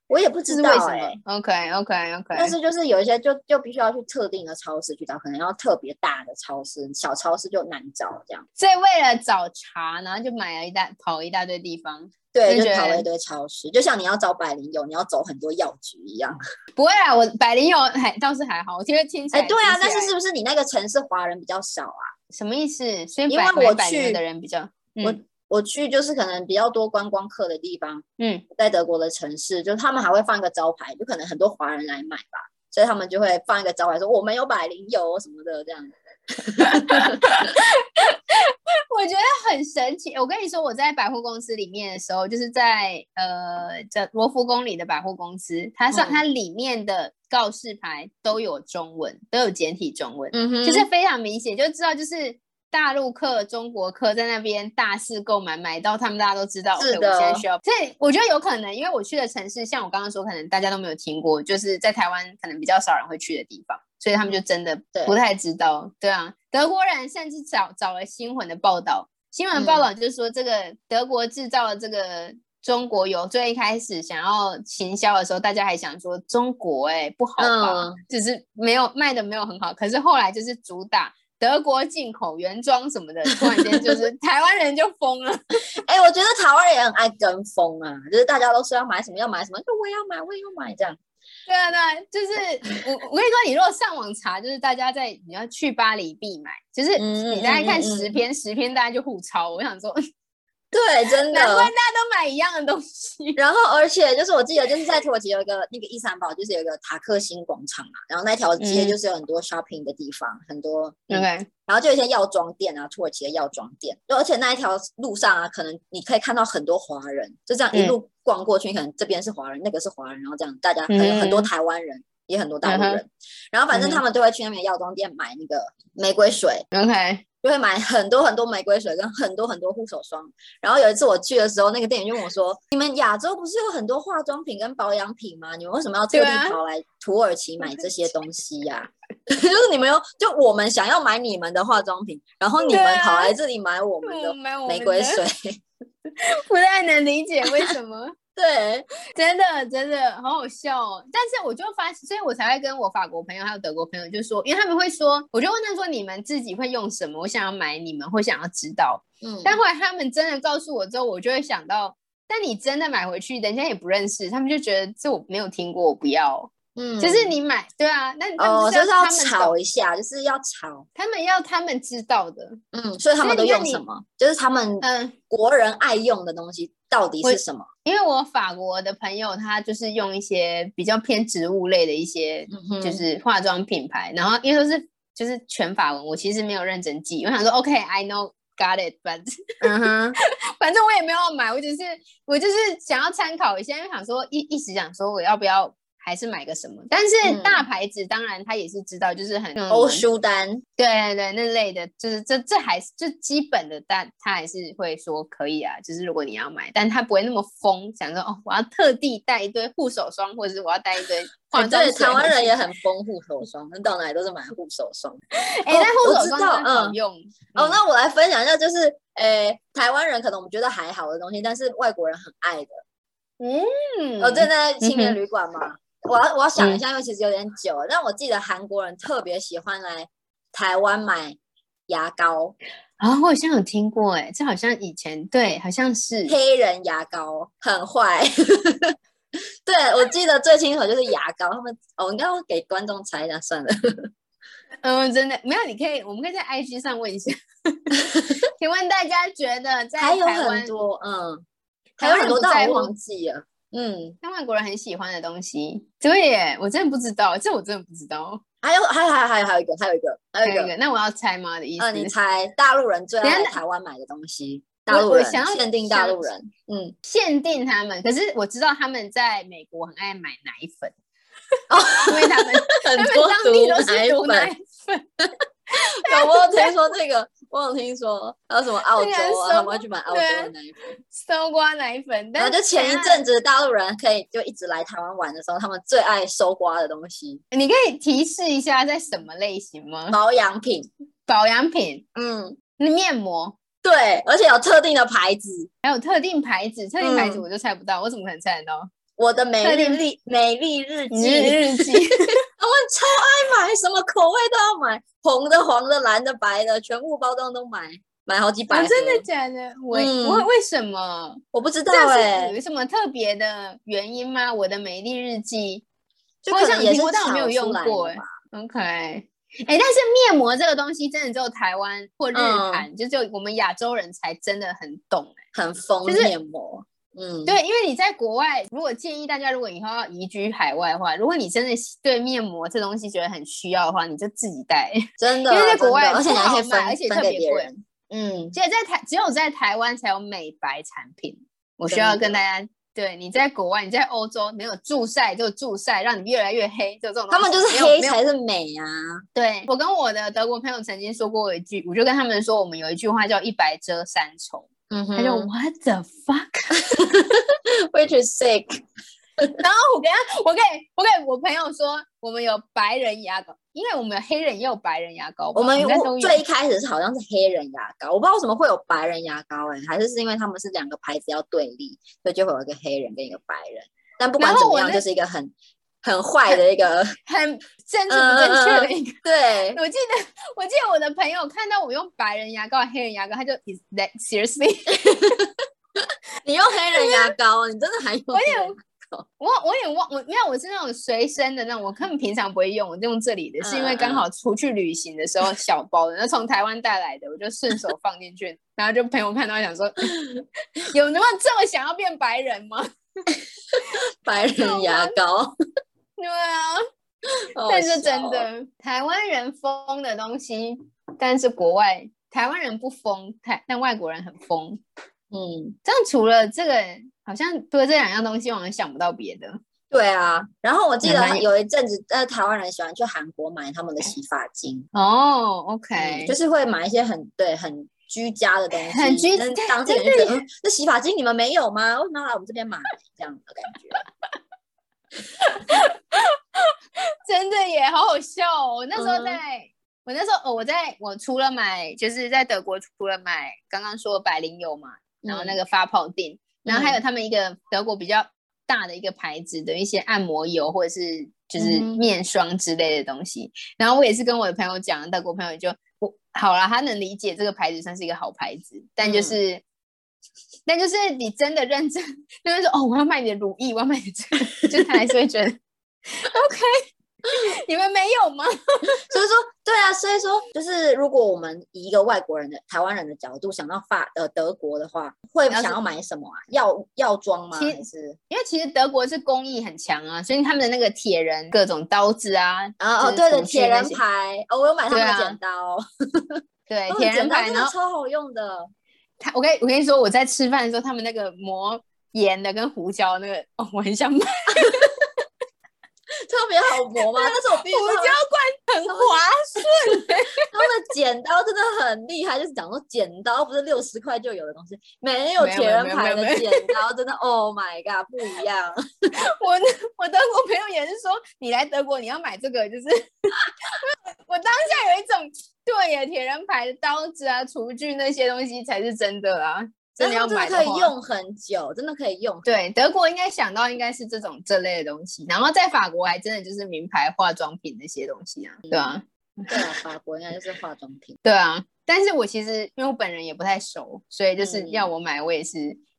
Speaker 1: 我也不
Speaker 2: 这
Speaker 1: 知
Speaker 2: 是
Speaker 1: 道
Speaker 2: 为什
Speaker 1: 哎、
Speaker 2: 么？OK OK OK，
Speaker 1: 但是就是有一些就就必须要去特定的超市去找，可能要特别大的超市，小超市就难找这样。
Speaker 2: 所以为了找茶，然后就买了一大跑一大堆地方。
Speaker 1: 对，
Speaker 2: 就
Speaker 1: 就
Speaker 2: 觉
Speaker 1: 跑了
Speaker 2: 得
Speaker 1: 一堆超市，就像你要找百灵油，你要走很多药局一样。
Speaker 2: 不会啊，我百灵油还倒是还好，我觉得听起
Speaker 1: 哎、
Speaker 2: 来
Speaker 1: 对啊，
Speaker 2: 听起
Speaker 1: 但是
Speaker 2: 来
Speaker 1: 是不是你那个城市华人比较少啊？
Speaker 2: 什么意思？所以
Speaker 1: 因
Speaker 2: 百
Speaker 1: 为
Speaker 2: 买
Speaker 1: 我
Speaker 2: 百灵
Speaker 1: 去
Speaker 2: 油的人比较，
Speaker 1: 我
Speaker 2: 嗯
Speaker 1: 我去就是可能比较多观光客的地方，
Speaker 2: 嗯
Speaker 1: 在德国的城市，就他们还会放一个招牌，就可能很多华人来买吧，所以他们就会放一个招牌说我们有百灵油什么的这样。
Speaker 2: 我觉得很神奇。我跟你说，我在百货公司里面的时候，就是在呃这罗浮宫里的百货公司，它上、
Speaker 1: 嗯
Speaker 2: 它里面的告示牌都有中文，都有简体中文，
Speaker 1: 嗯哼
Speaker 2: 就是非常明显，就知道就是。大陆客、中国客在那边大肆购买，买到他们大家都知道，
Speaker 1: 是
Speaker 2: OK，我现在
Speaker 1: 的
Speaker 2: 需要。所以我觉得有可能，因为我去的城市，像我刚刚说，可能大家都没有听过，就是在台湾可能比较少人会去的地方，所以他们就真的
Speaker 1: 对
Speaker 2: 不太知道。对啊，德国人甚至找找了新闻的报道，新
Speaker 1: 嗯
Speaker 2: 闻报道就是说，这个德国制造的这个中国油，最一开始想要行销的时候，大家还想说中国哎、不好吧，
Speaker 1: 嗯
Speaker 2: 只是没有卖的没有很好。可是后来就是主打德国进口原装什么 的，突然间就是台湾人就疯了。
Speaker 1: 哎、我觉得台湾人也很爱跟风啊，就是大家都说要买什么要买什么，就我也要买，我也要买这样。
Speaker 2: 对啊，对啊，就是我我跟你说，你如果上网查，就是大家在你要去巴黎必买，就是
Speaker 1: 嗯
Speaker 2: 你
Speaker 1: 嗯
Speaker 2: 大概
Speaker 1: 嗯
Speaker 2: 看
Speaker 1: 嗯
Speaker 2: 十
Speaker 1: 嗯
Speaker 2: 篇，十篇大家就互抄。我想说，
Speaker 1: 对，真
Speaker 2: 难怪大家
Speaker 1: 的。
Speaker 2: 都买一样的东西。
Speaker 1: 然后，而且就是我记得，就是在土耳其有一个那个伊斯坦堡，就是有一个塔克辛广场嘛，然后那条街
Speaker 2: 嗯
Speaker 1: 就是有很多 shopping 的地方，很多
Speaker 2: OK，
Speaker 1: 然后就有一些药妆店啊，土耳其的药妆店，就而且那一条路上啊，可能你可以看到很多华人，就这样一
Speaker 2: 嗯
Speaker 1: 路逛过去，可能这边是华人，那个是华人，然后这样大家还有很多
Speaker 2: 嗯
Speaker 1: 台湾人，也很多大陆
Speaker 2: 嗯哼
Speaker 1: 人，然后反正
Speaker 2: 嗯哼
Speaker 1: 他们都会去那边的药妆店买那个玫瑰水，
Speaker 2: OK，
Speaker 1: 就会买很多很多玫瑰水跟很多很多护手霜。然后有一次我去的时候，那个店员就问我说：“你们亚洲不是有很多化妆品跟保养品吗？你们为什么要特
Speaker 2: 对啊
Speaker 1: 地跑来土耳其买这些东西呀、 就是你们有，就我们想要买你们的化妆品，然后你
Speaker 2: 对
Speaker 1: 们
Speaker 2: 啊
Speaker 1: 跑来这里买我们
Speaker 2: 我
Speaker 1: 的
Speaker 2: 买我
Speaker 1: 玫
Speaker 2: 们
Speaker 1: 瑰
Speaker 2: 的，
Speaker 1: 水。
Speaker 2: 不太能理解为什么，
Speaker 1: 对，
Speaker 2: 真的真的好好笑哦。但是我就发现，所以我才会跟我法国朋友还有德国朋友就说，因为他们会说，我就问他说你们自己会用什么，我想要买你们会想要知道。
Speaker 1: 嗯，
Speaker 2: 但后来他们真的告诉我之后，我就会想到，但你真的买回去，人家也不认识，他们就觉得这我没有听过，我不要。
Speaker 1: 嗯
Speaker 2: 就是你买，对啊，那他
Speaker 1: 哦，
Speaker 2: 们
Speaker 1: 就是要
Speaker 2: 他们
Speaker 1: 吵
Speaker 2: 懂
Speaker 1: 一下，就是要吵。
Speaker 2: 他们要他们知道的，
Speaker 1: 嗯，所以他
Speaker 2: 所以
Speaker 1: 们都
Speaker 2: 你看
Speaker 1: 用
Speaker 2: 你
Speaker 1: 什么？就是他们
Speaker 2: 嗯。
Speaker 1: 国人爱用的东西到底
Speaker 2: 我
Speaker 1: 是什么？
Speaker 2: 因为我法国的朋友，他就是用一些比较偏植物类的一些，
Speaker 1: 嗯哼
Speaker 2: 就是化妆品牌。然后因为都是就是全法文，我其实没有认真记。我想说，OK，I、know got it，反正
Speaker 1: 嗯哼。
Speaker 2: 反正我也没有买，我只是我就是想要参考一下，因为想说一一时想说我要不要还是买个什么。但是
Speaker 1: 嗯
Speaker 2: 大牌子当然他也是知道，就是很
Speaker 1: 欧，舒丹，
Speaker 2: 对对对，那类的，就是这这还是就基本的，但他还是会说可以啊，就是如果你要买，但他不会那么疯，想说哦，我要特地带一堆护手霜，或者是我要带一堆化
Speaker 1: 哎
Speaker 2: 妆
Speaker 1: 对，
Speaker 2: 水。
Speaker 1: 台湾人也很疯护手霜，到哪里都是买护手霜。
Speaker 2: 哎，
Speaker 1: 哦
Speaker 2: 但护
Speaker 1: 我
Speaker 2: 手
Speaker 1: 知
Speaker 2: 霜
Speaker 1: 道
Speaker 2: 真的好
Speaker 1: 嗯
Speaker 2: 用
Speaker 1: 哦，
Speaker 2: 嗯
Speaker 1: 那我来分享一下，就是诶、台湾人可能我们觉得还好的东西，但是外国人很爱的。
Speaker 2: 嗯，
Speaker 1: 我正在青
Speaker 2: 嗯
Speaker 1: 年
Speaker 2: 哼嗯
Speaker 1: 旅馆嘛，我要我要想一下，因为其实有点久了。但我记得韩国人特别喜欢来台湾买牙膏，
Speaker 2: 啊，我好像有听过，哎，这好像以前对，好像是
Speaker 1: 黑人牙膏很坏。 对，我记得最清楚就是牙膏，他们哦，应该要给观众猜一下算了。
Speaker 2: 嗯，真的没有，你可以，我们可以在 IG 上问一 下。请问大家觉得在
Speaker 1: 还有
Speaker 2: 台
Speaker 1: 很
Speaker 2: 湾，
Speaker 1: 多，嗯，还
Speaker 2: 台
Speaker 1: 有
Speaker 2: 湾
Speaker 1: 很
Speaker 2: 人
Speaker 1: 多
Speaker 2: 不
Speaker 1: 到我
Speaker 2: 在乎
Speaker 1: 忘记了，嗯，
Speaker 2: 像外国人很喜欢的东西？对耶，我真的不知道，这我真的不知道。
Speaker 1: 还有还有还有还有还有一个还有一个还有
Speaker 2: 还
Speaker 1: 一
Speaker 2: 有一
Speaker 1: 个，
Speaker 2: 个，那我要猜吗的意思？
Speaker 1: 呃，你猜大陆人最
Speaker 2: 等一
Speaker 1: 爱
Speaker 2: 下
Speaker 1: 来
Speaker 2: 那
Speaker 1: 台湾买的东西？
Speaker 2: 我
Speaker 1: 大陆
Speaker 2: 我
Speaker 1: 人
Speaker 2: 想要
Speaker 1: 限定大陆人， 嗯，
Speaker 2: 限定他们，可是我知道他们在美国很爱买奶 粉，
Speaker 1: 哦
Speaker 2: 因为他们
Speaker 1: 很
Speaker 2: 他们
Speaker 1: 多
Speaker 2: 当地都
Speaker 1: 毒
Speaker 2: 是毒
Speaker 1: 粉
Speaker 2: 奶，粉，
Speaker 1: 有我有听说这个，我有听说，还有什么澳洲
Speaker 2: 竟然
Speaker 1: 啊，
Speaker 2: 说
Speaker 1: 他们会去买澳洲的奶粉。
Speaker 2: 搜刮奶粉。
Speaker 1: 然后
Speaker 2: 但
Speaker 1: 就前一
Speaker 2: 等下
Speaker 1: 阵子大陆人可以就一直来台湾玩的时候，他们最爱搜刮的东西，
Speaker 2: 你可以提示一下在什么类型吗？
Speaker 1: 保养品。
Speaker 2: 保养品、
Speaker 1: 嗯，
Speaker 2: 面膜，
Speaker 1: 对，而且有特定的牌子。
Speaker 2: 还有特定牌子，特定牌子
Speaker 1: 嗯
Speaker 2: 我就猜不到，我怎么可能猜得到？
Speaker 1: 我的美
Speaker 2: 特
Speaker 1: 丽
Speaker 2: 定
Speaker 1: 日美丽日
Speaker 2: 你日
Speaker 1: 记，
Speaker 2: 日记，
Speaker 1: 他们超爱买，什么口味都要买，红的、黄的、蓝的、白的，全部包装都买，买好几百
Speaker 2: 啊
Speaker 1: 盒。
Speaker 2: 真的假的？我
Speaker 1: 嗯
Speaker 2: 我为什么？
Speaker 1: 我不知道
Speaker 2: 这
Speaker 1: 哎、
Speaker 2: 是有什么特别的原因吗？我的美丽日记，
Speaker 1: 就
Speaker 2: 我
Speaker 1: 可
Speaker 2: 想
Speaker 1: 能也
Speaker 2: 听
Speaker 1: 是
Speaker 2: 过，但我没有
Speaker 1: 炒
Speaker 2: 用
Speaker 1: 出来
Speaker 2: 过、
Speaker 1: 的
Speaker 2: 哎
Speaker 1: 吧。
Speaker 2: OK，哎、但是面膜这个东西真的只有台湾或日
Speaker 1: 嗯
Speaker 2: 韩，就只有我们亚洲人才真的很懂、哎
Speaker 1: 很疯
Speaker 2: 就是
Speaker 1: 面膜。嗯，
Speaker 2: 对，因为你在国外，如果建议大家，如果以后要移居海外的话，如果你真的喜对面膜这东西觉得很需要的话，你就自己带。
Speaker 1: 真的，
Speaker 2: 因为在
Speaker 1: 真
Speaker 2: 国
Speaker 1: 的
Speaker 2: 外
Speaker 1: 而且你还可以
Speaker 2: 不好
Speaker 1: 分
Speaker 2: 买而且
Speaker 1: 分
Speaker 2: 特
Speaker 1: 给
Speaker 2: 别
Speaker 1: 别
Speaker 2: 贵
Speaker 1: 人。嗯，
Speaker 2: 而且在台只有在台湾才有美白产品，我需
Speaker 1: 真
Speaker 2: 要
Speaker 1: 的
Speaker 2: 跟大家，对你在国外，你在欧洲没有助晒就助晒，让你越来越黑，就这种东西。
Speaker 1: 他们就是
Speaker 2: 没有
Speaker 1: 黑
Speaker 2: 没有
Speaker 1: 才是美啊。
Speaker 2: 对我跟我的德国朋友曾经说过一句，我就跟他们说，我们有一句话叫“一白遮三丑”，
Speaker 1: 嗯
Speaker 2: 他就 What the fuck？
Speaker 1: which is sick，
Speaker 2: 然后我给他，我给我给我朋友说，我们有白人牙膏，因为我们有黑人也有白人牙膏吧，
Speaker 1: 我们
Speaker 2: 应该都
Speaker 1: 我
Speaker 2: 有。
Speaker 1: 最一开始是好像是黑人牙膏，我不知道为什么会有白人牙膏哎、还是是因为他们是两个牌子要对立，所以就会有一个黑人跟一个白人。但不管
Speaker 2: 然后
Speaker 1: 怎么
Speaker 2: 我
Speaker 1: 样，
Speaker 2: 那
Speaker 1: 就是一个很很坏的一个
Speaker 2: 很政治不
Speaker 1: 嗯
Speaker 2: 正确的一个。
Speaker 1: 对。
Speaker 2: 我记得我记得我的朋友看到我用白人牙膏、黑人牙膏，他就 Is that seriously？
Speaker 1: 你用黑人牙膏，你真的还用
Speaker 2: 我
Speaker 1: 黑
Speaker 2: 也
Speaker 1: 人？
Speaker 2: 我我也忘我没有，我是那种随身的那种，我根本平常不会用，我就用这里的，是因为
Speaker 1: 嗯嗯
Speaker 2: 刚好出去旅行的时候小包的，那从台湾带来的，我就顺手放进去，然后就朋友看到想说， 有那么这么想要变白人吗？
Speaker 1: 白人牙膏，
Speaker 2: 对啊，
Speaker 1: 好
Speaker 2: 但是
Speaker 1: 笑
Speaker 2: 真
Speaker 1: 哦，
Speaker 2: 的，台湾人疯的东西，但是国外台湾人不疯，台但外国人很疯。
Speaker 1: 嗯，
Speaker 2: 这样除了这个，好像除了这两样东西，我好像想不到别的。
Speaker 1: 对啊。然后我记
Speaker 2: 很
Speaker 1: 得
Speaker 2: 难
Speaker 1: 有一阵子，呃，台湾人喜欢去韩国买他们的洗发精，
Speaker 2: 哦，OK、
Speaker 1: 嗯，就是会买一些很对很居家的东西，
Speaker 2: 很居
Speaker 1: 但
Speaker 2: 对
Speaker 1: 当地人就觉得，嗯，这洗发精你们没有吗？为什么要来我们这边买？这样的感觉，
Speaker 2: 嗯真的耶，好好笑哦！我那时
Speaker 1: 嗯
Speaker 2: 候
Speaker 1: 哼
Speaker 2: 在，我那时候哦，我在我除了买，就是在德国除了买刚刚说百灵油嘛，然后那
Speaker 1: 嗯
Speaker 2: 个发泡锭，然后还
Speaker 1: 嗯
Speaker 2: 有他们一个德国比较大的一个牌子的一些按摩油或者是就是
Speaker 1: 嗯哼
Speaker 2: 面霜之类的东西。然后我也是跟我的朋友讲，德国朋友就我好啦，他能理解这个牌子算是一个好牌子，但就
Speaker 1: 嗯
Speaker 2: 是。但就是你真的认真， 就是说哦，我要买你的乳液，我要买你的这个，就他还是会觉得 OK，你们没有吗？
Speaker 1: 所以说，对啊，所以说就是如果我们以一个外国人的台湾人的角度想到法呃德国的话，会
Speaker 2: 要是
Speaker 1: 想要买什么啊？药药妆吗？
Speaker 2: 其
Speaker 1: 还是
Speaker 2: 因为其实德国是工艺很强啊，所以他们的那个铁人、各种刀子啊，
Speaker 1: 啊哦
Speaker 2: 就是
Speaker 1: 对的，
Speaker 2: 厨具
Speaker 1: 铁
Speaker 2: 那
Speaker 1: 人
Speaker 2: 些
Speaker 1: 牌哦，我有买他们
Speaker 2: 对
Speaker 1: 的
Speaker 2: 啊
Speaker 1: 剪刀，
Speaker 2: 对
Speaker 1: 他们
Speaker 2: 铁
Speaker 1: 的嗯
Speaker 2: 人
Speaker 1: 剪刀
Speaker 2: 牌，
Speaker 1: 真的
Speaker 2: 然后
Speaker 1: 超好用的，
Speaker 2: 他，我跟我跟你说，我在吃饭的时候，他们那个磨盐的跟胡椒那个，哦，我很想买，
Speaker 1: 特别好磨 吗？但是我必须
Speaker 2: 胡
Speaker 1: 说他们
Speaker 2: 椒罐很滑，
Speaker 1: 他们的剪刀真的很厉害，就是讲说剪刀不是六十块就有的东西，没有
Speaker 2: 没有
Speaker 1: 铁人
Speaker 2: 没有
Speaker 1: 牌
Speaker 2: 没
Speaker 1: 的
Speaker 2: 有没
Speaker 1: 剪刀真的，Oh my god，不一样，
Speaker 2: 我那我德国朋友也是说，你来德国你要买这个，就是 我当下有一种对耶，铁人牌的刀子啊、厨具那些东西才是真的啊，真的要
Speaker 1: 但是
Speaker 2: 买
Speaker 1: 真的可
Speaker 2: 话
Speaker 1: 以。用很久，真的可以用。
Speaker 2: 对，德国应该想到应该是这种这类的东西，然后在法国还真的就是名牌化妆品那些东西啊，对啊，
Speaker 1: 对啊，法国应该就是化妆品，
Speaker 2: 对啊。但是我其实因为我本人也不太熟，所以就是
Speaker 1: 嗯
Speaker 2: 要我买，我也是、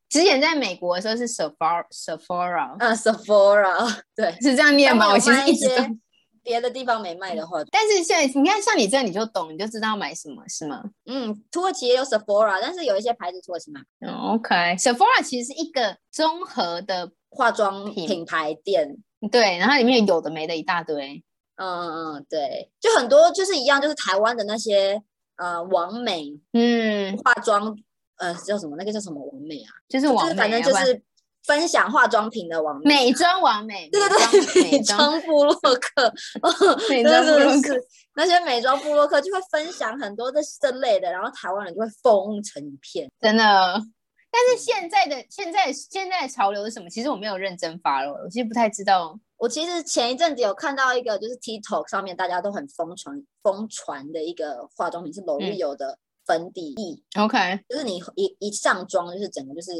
Speaker 2: 之前在美国的时候是 Sephora Sephora，、
Speaker 1: 嗯，Sephora，对，
Speaker 2: 是这样念
Speaker 1: 他们嗯有
Speaker 2: 吗？我其
Speaker 1: 卖
Speaker 2: 实
Speaker 1: 一
Speaker 2: 一直
Speaker 1: 些
Speaker 2: 都
Speaker 1: 别的地方没卖的话，
Speaker 2: 但是现在你看，像你这你就懂，你就知道买什么是吗？
Speaker 1: 嗯，土耳其也有 Sephora，但是有一些牌子土耳其买不
Speaker 2: 嗯，OK，Sephora 其实是一个综合的，
Speaker 1: 到化妆
Speaker 2: 品
Speaker 1: 品牌店。
Speaker 2: 对，然后里面有的没的一大堆。
Speaker 1: 嗯嗯嗯，对，就很多就是一样，就是台湾的那些呃网美
Speaker 2: 嗯，
Speaker 1: 化妆，呃叫什么那个叫什么网美啊，
Speaker 2: 就是网
Speaker 1: 就是
Speaker 2: 美啊，
Speaker 1: 反正就
Speaker 2: 不然
Speaker 1: 是分享化妆品的网美。
Speaker 2: 美妆网美，
Speaker 1: 对对对，
Speaker 2: 美
Speaker 1: 美
Speaker 2: 妆
Speaker 1: 妆部落客， 哦
Speaker 2: 美
Speaker 1: 真
Speaker 2: 妆部
Speaker 1: 的
Speaker 2: 落
Speaker 1: 是那些美妆部落客就会分享很多这这类的，然后台湾人就会疯成一片。
Speaker 2: 真的。
Speaker 1: 嗯
Speaker 2: 但是现在的现在现在的潮流是什么？其实我没有认真发了，我其实不太知道。
Speaker 1: 我其实前一阵子有看到一个，就是 TikTok 上面大家都很疯传疯传的一个化妆品是 l
Speaker 2: 嗯
Speaker 1: u 有的粉底液，
Speaker 2: OK，
Speaker 1: 就是你一一上妆就是整个就是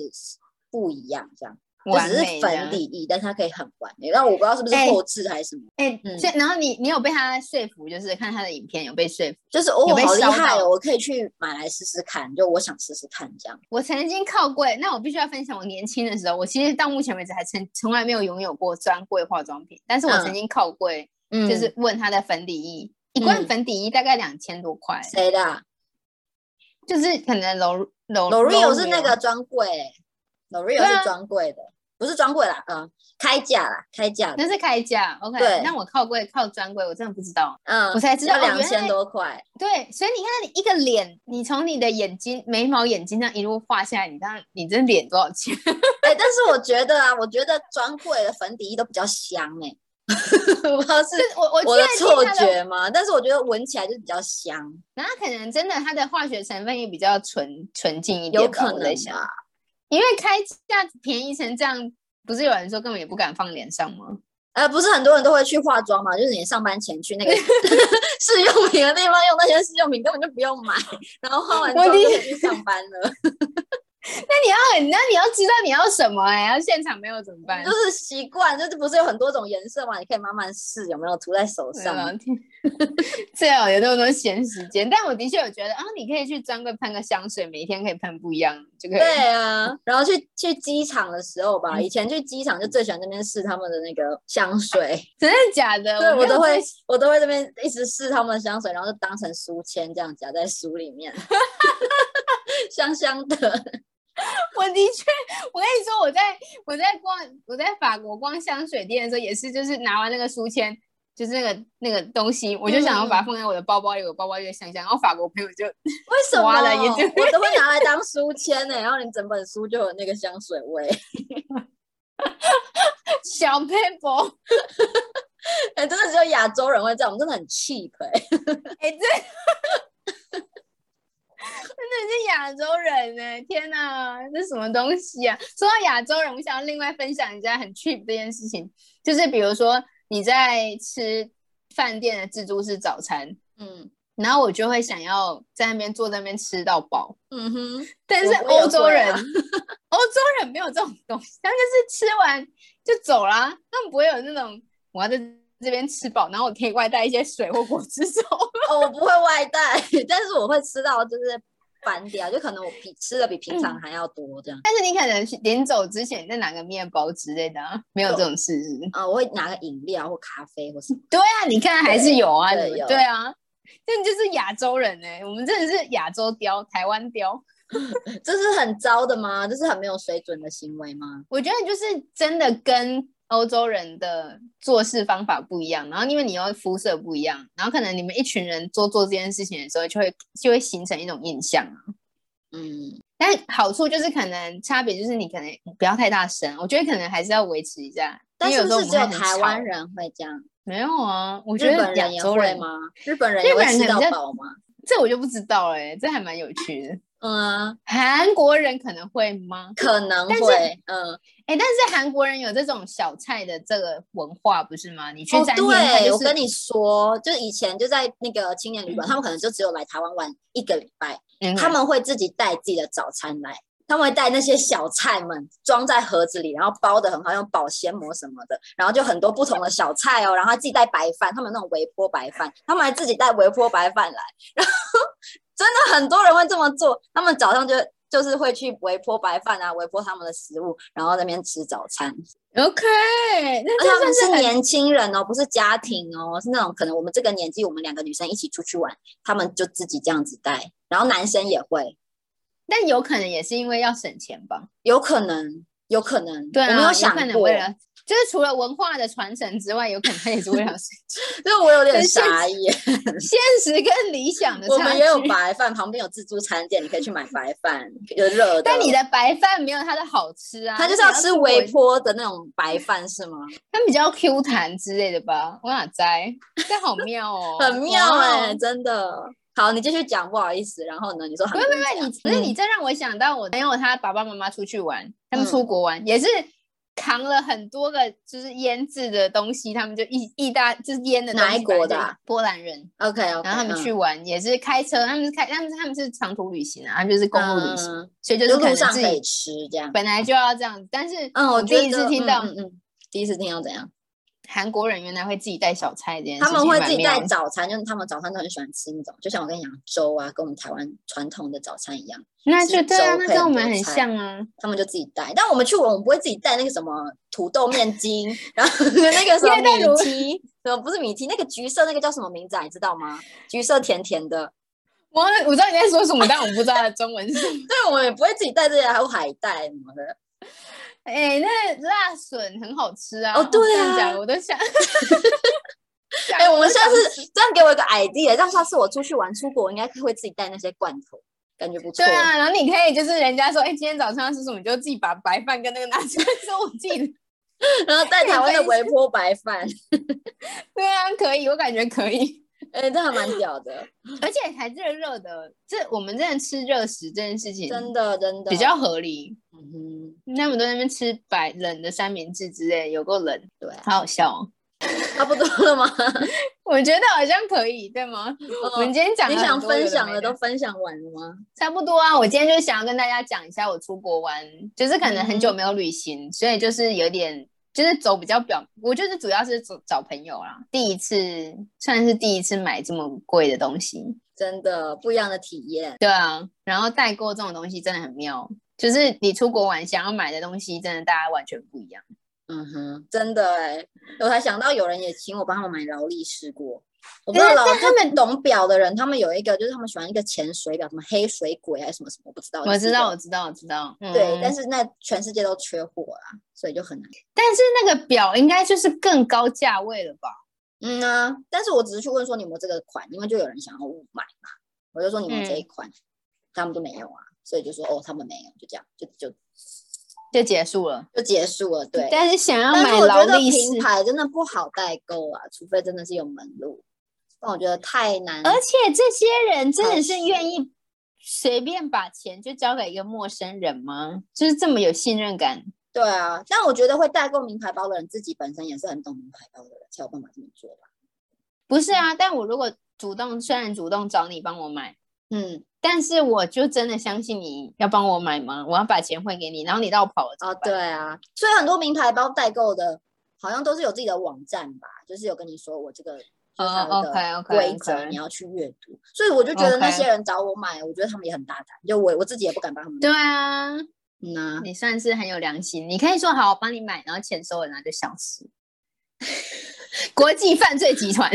Speaker 1: 不一样这样。就
Speaker 2: 完
Speaker 1: 只是
Speaker 2: 美的
Speaker 1: 粉底。液，但是它可以很完美。然后我不知道是不是
Speaker 2: 哎
Speaker 1: 后置还是什么，
Speaker 2: 哎、
Speaker 1: 嗯
Speaker 2: 所以然后你你有被他说服，就是看他的影片有被说服。
Speaker 1: 就是哦，
Speaker 2: 有被
Speaker 1: 好厉
Speaker 2: 烧
Speaker 1: 害
Speaker 2: 到
Speaker 1: 哦！我可以去买来试试看，就我想试试看这样。
Speaker 2: 我曾经靠柜，那我必须要分享我年轻的时候，我其实到目前为止还从从来没有拥有过专柜化妆品，但是我
Speaker 1: 嗯
Speaker 2: 曾经靠柜，
Speaker 1: 嗯
Speaker 2: 就是问他的粉底液，一罐
Speaker 1: 嗯
Speaker 2: 粉底液大概两千多块，
Speaker 1: 谁的啊
Speaker 2: 就是可能柔柔
Speaker 1: L'Oreal 是
Speaker 2: 啊
Speaker 1: 那个专柜欸
Speaker 2: 哦对
Speaker 1: ，L'Oreal
Speaker 2: 啊
Speaker 1: 是专柜的，不是专柜啦，嗯，开价啦，开价的，
Speaker 2: 那是开价，OK。
Speaker 1: 对
Speaker 2: 但我靠柜靠专柜，我真的不知道，
Speaker 1: 嗯，
Speaker 2: 我才知道
Speaker 1: 要
Speaker 2: 哦原
Speaker 1: 两
Speaker 2: 来
Speaker 1: 千多块，
Speaker 2: 对，所以你看一个脸，你从你的眼睛、眉毛、眼睛这样一路画下来，你当然你这脸多少钱？
Speaker 1: 哎，但是我觉得啊，我觉得专柜的粉底液都比较香哎， 我不知道是
Speaker 2: 我我
Speaker 1: 我的
Speaker 2: 确定
Speaker 1: 错
Speaker 2: 它的，
Speaker 1: 觉吗？但是我觉得闻起来就是比较香，
Speaker 2: 然后可能真的它的化学成分也比较纯纯净一点吧，
Speaker 1: 有可
Speaker 2: 我
Speaker 1: 能
Speaker 2: 在想，
Speaker 1: 吧。
Speaker 2: 因为开价便宜成这样，不是有人说根本也不敢放脸上 吗？
Speaker 1: 呃，不是很多人都会去化妆嘛，就是你上班前去那个 试用品的地方用那些试用品，根本就不用买，然后化完
Speaker 2: 我
Speaker 1: 妆就
Speaker 2: 理
Speaker 1: 可以去上班了。
Speaker 2: 那你要那你要知道你要什么哎、要现场没有怎么办
Speaker 1: 就？是习惯，就是不是有很多种颜色嘛？你可以慢慢试有没有涂在手
Speaker 2: 啊
Speaker 1: 上。
Speaker 2: 上天， 最好有那么多闲时间。但我的确有觉得，啊，你可以去专柜喷个香水，每天可以喷不一样，就可以。
Speaker 1: 对啊，然后去去机场的时候吧，
Speaker 2: 嗯
Speaker 1: 以前去机场就最喜欢那边试他们的那个香水，
Speaker 2: 真的假的？
Speaker 1: 对
Speaker 2: 没
Speaker 1: 我
Speaker 2: 有
Speaker 1: 都会
Speaker 2: 这
Speaker 1: 我都会这边一直试他们的香水，然后就当成书签这样夹在书里 面，香香的。
Speaker 2: 我的确，我跟你说，我在我在逛我在法国逛香水店的时候，也是就是拿完那个书签，就是那个那个东西，我就想要把它放在我的包包里，我包包越香香。然后法国朋友就
Speaker 1: 为什么？
Speaker 2: 哇了也就
Speaker 1: 我都会拿来当书签呢、欸 然后你整本书就有那个香水味。
Speaker 2: 小 paper，
Speaker 1: 哎、真的只有亚洲人会这样，我们真的很 cheap 哎、
Speaker 2: 哎、这真 的是亚洲人哎、天哪，这什么东西啊？说到亚洲人，我想要另外分享一下很 cheap 这件事情，就是比如说你在吃饭店的自助式早餐，
Speaker 1: 嗯
Speaker 2: 然后我就会想要在那边坐在那边吃到饱。
Speaker 1: 嗯哼。
Speaker 2: 但是
Speaker 1: 我也
Speaker 2: 欧洲
Speaker 1: 会
Speaker 2: 人，
Speaker 1: 啊
Speaker 2: 欧洲人没有这种东西，他们就是吃完就走啦，他们不会有那种我要在这边吃饱，然后我可以外带一些水或果汁走。
Speaker 1: 哦，我不会外带，但是我会吃到就是翻掉，就可能我比吃的比平常还要多这样。
Speaker 2: 但是你可能去临走之前再拿个面包之类的、啊，没有这种事是不是
Speaker 1: 啊、我会拿个饮料或咖啡或什么。
Speaker 2: 对啊，你看还是有啊，
Speaker 1: 对
Speaker 2: 你们
Speaker 1: 有
Speaker 2: 对啊，这就是亚洲人哎、我们真的是亚洲雕，台湾雕。
Speaker 1: 这是很糟的吗？这是很没有水准的行为吗？
Speaker 2: 我觉得就是真的跟欧洲人的做事方法不一样，然后因为你又肤色不一样，然后可能你们一群人做做这件事情的时候，就会就会形成一种印象啊。
Speaker 1: 嗯，
Speaker 2: 但好处就是可能差别就是你可能不要太大声，我觉得可能还是要维持一下。
Speaker 1: 但
Speaker 2: 因为
Speaker 1: 是
Speaker 2: 有时
Speaker 1: 不是
Speaker 2: 候我
Speaker 1: 只有
Speaker 2: 们还
Speaker 1: 台
Speaker 2: 很吵
Speaker 1: 湾人会这样？
Speaker 2: 没有啊？我觉
Speaker 1: 日
Speaker 2: 得
Speaker 1: 本
Speaker 2: 亚
Speaker 1: 人也
Speaker 2: 洲
Speaker 1: 会
Speaker 2: 人，
Speaker 1: 吗？日本人
Speaker 2: 日
Speaker 1: 也会
Speaker 2: 本人
Speaker 1: 吃
Speaker 2: 比
Speaker 1: 到
Speaker 2: 较
Speaker 1: 饱吗？
Speaker 2: 这我就不知道哎、这还蛮有趣的。
Speaker 1: 嗯啊，
Speaker 2: 韩国人可能会吗？
Speaker 1: 可能
Speaker 2: 但是
Speaker 1: 会。嗯，
Speaker 2: 哎、但是韩国人有这种小菜的这个文化，不是吗？你去
Speaker 1: 哦，
Speaker 2: 餐厅，他
Speaker 1: 对，
Speaker 2: 就
Speaker 1: 我
Speaker 2: 是
Speaker 1: 跟你说，就以前就在那个青年旅馆，他们可能就只有来台湾玩一个礼拜，
Speaker 2: 嗯
Speaker 1: 他们会自己带自己的早餐来，他们会带那些小菜们装在盒子里，然后包的很好，用保鲜膜什么的，然后就很多不同的小菜哦，然后他自己带白饭，他们那种微波白饭，他们还 自己带微波白饭来，然后真的很多人会这么做，他们早上就就是会去微波白饭啊，微波他们的食物，然后在那边吃早餐。
Speaker 2: OK，那
Speaker 1: 而且他们
Speaker 2: 这算
Speaker 1: 是
Speaker 2: 是很
Speaker 1: 年轻人哦，不是家庭哦，是那种可能我们这个年纪，我们两个女生一起出去玩，他们就自己这样子带，然后男生也会，
Speaker 2: 但有可能也是因为要省钱吧？
Speaker 1: 有可能，有可能，
Speaker 2: 对啊，
Speaker 1: 我没
Speaker 2: 有
Speaker 1: 想
Speaker 2: 可能
Speaker 1: 过，
Speaker 2: 为了就是除了文化的传承之外，有可能他也是为 了省
Speaker 1: 就是我有点
Speaker 2: 很现
Speaker 1: 傻眼。
Speaker 2: 钱现实跟理想的
Speaker 1: 我
Speaker 2: 差
Speaker 1: 们
Speaker 2: 距。
Speaker 1: 也有白饭，旁边有自助餐店，你可以去买白饭，有热的。
Speaker 2: 但你的白饭没有它的好吃啊，
Speaker 1: 他就是
Speaker 2: 你
Speaker 1: 要吃微
Speaker 2: 微，
Speaker 1: 波的那种白饭是 吗？，
Speaker 2: 它比较 Q 弹之类的吧？我哪摘？这好妙哦
Speaker 1: 很妙哎、
Speaker 2: 哇哦
Speaker 1: 真的。好，你继续讲，不好意思。然后呢？你说韩
Speaker 2: 不
Speaker 1: 国
Speaker 2: 是
Speaker 1: 人
Speaker 2: 不是
Speaker 1: 讲
Speaker 2: 你，不是
Speaker 1: 嗯
Speaker 2: 你，这让我想到我朋友他爸爸妈妈出去玩，他们
Speaker 1: 嗯
Speaker 2: 出国玩、也是扛了很多个就是腌制的东西，他们就意意大就是腌的东西
Speaker 1: 哪一国的啊
Speaker 2: 反正就波兰人，
Speaker 1: OK OK，
Speaker 2: 然后他们去玩、也是开车，他们是开他们是他们是长途旅行啊，他们就是公路旅行，
Speaker 1: 嗯
Speaker 2: 所以就
Speaker 1: 就是路
Speaker 2: 可能
Speaker 1: 上
Speaker 2: 自
Speaker 1: 可以
Speaker 2: 己
Speaker 1: 吃这样。
Speaker 2: 本来就要这样子，但是
Speaker 1: 嗯，我
Speaker 2: 第一
Speaker 1: 觉
Speaker 2: 次
Speaker 1: 得
Speaker 2: 听
Speaker 1: 嗯
Speaker 2: 到
Speaker 1: 嗯嗯，第一次听到怎样？
Speaker 2: 韩国人原来会自己带小菜这件事
Speaker 1: 他
Speaker 2: 情，
Speaker 1: 们会自己
Speaker 2: 蛮
Speaker 1: 带
Speaker 2: 妙的
Speaker 1: 早餐，就是他们早餐都很喜欢吃那种，就像我跟你讲粥啊，跟我们台湾传统的早餐一样，
Speaker 2: 那
Speaker 1: 自己
Speaker 2: 就对啊，
Speaker 1: 粥
Speaker 2: 那
Speaker 1: 配
Speaker 2: 跟我
Speaker 1: 很
Speaker 2: 们
Speaker 1: 多
Speaker 2: 很
Speaker 1: 菜
Speaker 2: 像啊。
Speaker 1: 他们就自己带。但我们去玩，我们不会自己带那个什么土豆面筋， 然后那个什么
Speaker 2: 因为那如
Speaker 1: 米梯，什么不是米梯，那个橘色那个叫什么名字啊？你知道吗？橘色甜甜的。
Speaker 2: 我我知道你在说什么，但我不知道它的中文是什么。
Speaker 1: 对，我们也不会自己带这些，还有海带什么的。
Speaker 2: 哎、那辣笋很好吃啊！
Speaker 1: 哦对
Speaker 2: 这样
Speaker 1: 啊
Speaker 2: 讲我都 想。
Speaker 1: 哎、我们
Speaker 2: 都
Speaker 1: 下
Speaker 2: 想
Speaker 1: 次这样给我一个 idea，让下次我出去玩出国，我应该会自己带那些罐头，感觉不错。
Speaker 2: 对啊，然后你可以就是人家说，哎、今天早上要吃什么，你就自己把白饭跟那个拿 出来，说我自己。
Speaker 1: 然后带台湾的微波白饭，
Speaker 2: 对啊，可以，我感觉可以。
Speaker 1: 哎、这还蛮屌的，
Speaker 2: 而且还热热的，这我们真的吃热食这件事情
Speaker 1: 真的真的
Speaker 2: 嗯比较合理。
Speaker 1: 嗯哼，
Speaker 2: 那么多在那边吃白冷的三明治之类，有够冷，
Speaker 1: 对啊，
Speaker 2: 好好笑哦。
Speaker 1: 差不多了吗？ 嗯
Speaker 2: 我觉得好像可以，对吗？我们今天讲
Speaker 1: 你
Speaker 2: 了很
Speaker 1: 想
Speaker 2: 多有
Speaker 1: 分
Speaker 2: 的
Speaker 1: 享
Speaker 2: 没
Speaker 1: 的
Speaker 2: 的
Speaker 1: 都分享完了吗？
Speaker 2: 差不多啊。我今天就想要跟大家讲一下我出国玩，就是可能很
Speaker 1: 嗯
Speaker 2: 久没有旅行，所以就是有点就是走比较表，我就是主要是找找朋友啦。第一次算是第一次买这么贵的东西，
Speaker 1: 真的不一样的体验，
Speaker 2: 对啊。然后代购这种东西真的很妙，就是你出国玩想要买的东西，真的大家完全不一样。
Speaker 1: 嗯哼，真的哎、我才想到有人也请我帮他们买劳力士过。我不知
Speaker 2: 但
Speaker 1: 道
Speaker 2: 是
Speaker 1: 劳
Speaker 2: 但他们
Speaker 1: 就懂表的人，他们有一个就是他们喜欢一个潜水表，什么黑水鬼还是什么什么，我不知道。
Speaker 2: 我
Speaker 1: 就是一
Speaker 2: 知
Speaker 1: 个
Speaker 2: 道，我知道，我知道。嗯、
Speaker 1: 对，但是那全世界都缺货啦，所以就很难。
Speaker 2: 但是那个表应该就是更高价位了吧？
Speaker 1: 嗯啊，但是我只是去问说你有没有这个款，因为就有人想要买嘛，我就说你们这一
Speaker 2: 嗯
Speaker 1: 款，他们就没有啊，所以就说哦他们没有，就这样就就
Speaker 2: 就结束了。
Speaker 1: 就结束了。对，
Speaker 2: 但是想要
Speaker 1: 但是
Speaker 2: 买
Speaker 1: 我
Speaker 2: 劳
Speaker 1: 觉得
Speaker 2: 力士，
Speaker 1: 品牌真的不好代购啊，除非真的是有门路，但我觉得太难。
Speaker 2: 而且这些人真
Speaker 1: 嗯好
Speaker 2: 的是愿意随便把钱就交给一个陌生人吗？就是这么有信任感？
Speaker 1: 对啊，但我觉得会代购名牌包的人自己本身也是很懂名牌包的人，才有办法这么做吧。
Speaker 2: 不是啊，但我如果主动，虽然主动找你帮我买，
Speaker 1: 嗯，
Speaker 2: 但是我就真的相信你要帮我买吗？我要把钱汇给你，然后你到跑了怎么
Speaker 1: 哦，
Speaker 2: 办
Speaker 1: 对啊，所以很多名牌包代购的，好像都是有自己的网站吧，就是有跟你说我这个就是它有一
Speaker 2: 哦
Speaker 1: 个
Speaker 2: ，OK，OK，OK
Speaker 1: 规则你要去阅读，所以我就觉得那
Speaker 2: OK
Speaker 1: 些人找我买，我觉得他们也很大胆，就我我自己也不敢帮他们买。
Speaker 2: 对啊，
Speaker 1: 嗯啊，
Speaker 2: 你算是很有良心。你可以说好，我帮你买，然后钱收了，然后就消失。 国际犯罪集团，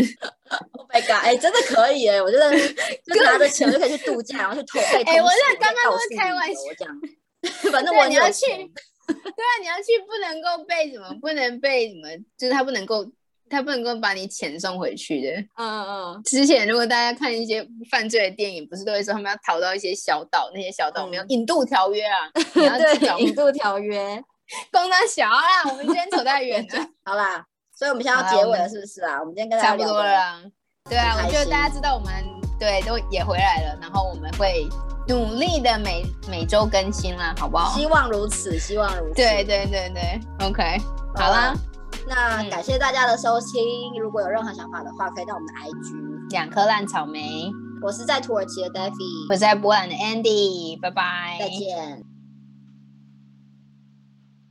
Speaker 1: Oh my god！哎、真的可以哎、我觉 得就拿着钱我就可以去度假，然后去偷被
Speaker 2: 哎我
Speaker 1: 这
Speaker 2: 这刚刚都在开玩笑
Speaker 1: 我讲， 反正
Speaker 2: 对
Speaker 1: 我
Speaker 2: 你
Speaker 1: 也有
Speaker 2: 要
Speaker 1: 钱
Speaker 2: 去对啊，你要去不能够被什么，不能被什么，就是他不能够，他不能够把你遣送回去的。
Speaker 1: 嗯 嗯
Speaker 2: 之前如果大家看一些犯罪的电影，不是都会说他们要逃到一些小岛，那些小岛没有
Speaker 1: 嗯
Speaker 2: 引渡条约 啊，你要
Speaker 1: 嗯，
Speaker 2: 去
Speaker 1: 对，
Speaker 2: 找
Speaker 1: 引渡条约，
Speaker 2: 工商小啊，我们今天走太远 了，
Speaker 1: 好啦，所以我们现在要
Speaker 2: 好啦
Speaker 1: 结
Speaker 2: 我
Speaker 1: 尾
Speaker 2: 们
Speaker 1: 了，是不是啊？我们今天跟大
Speaker 2: 差
Speaker 1: 家
Speaker 2: 不
Speaker 1: 聊
Speaker 2: 多了
Speaker 1: 得
Speaker 2: 啦。对啊，
Speaker 1: 很开心
Speaker 2: 我觉得大家知道我们对都也回来了，然后我们会努力的每每周更新啦，好不好？
Speaker 1: 希望如此，希望如此。
Speaker 2: 对对对对，OK，好
Speaker 1: 啊
Speaker 2: 啦，
Speaker 1: 那
Speaker 2: 嗯
Speaker 1: 感谢大家的收听，如果有任何想法的话，可以到我们的 IG。
Speaker 2: 两颗烂草莓。
Speaker 1: 我是在土耳其的 d a f f
Speaker 2: 我
Speaker 1: y
Speaker 2: 是在波兰的 Andy，拜拜，
Speaker 1: 再见。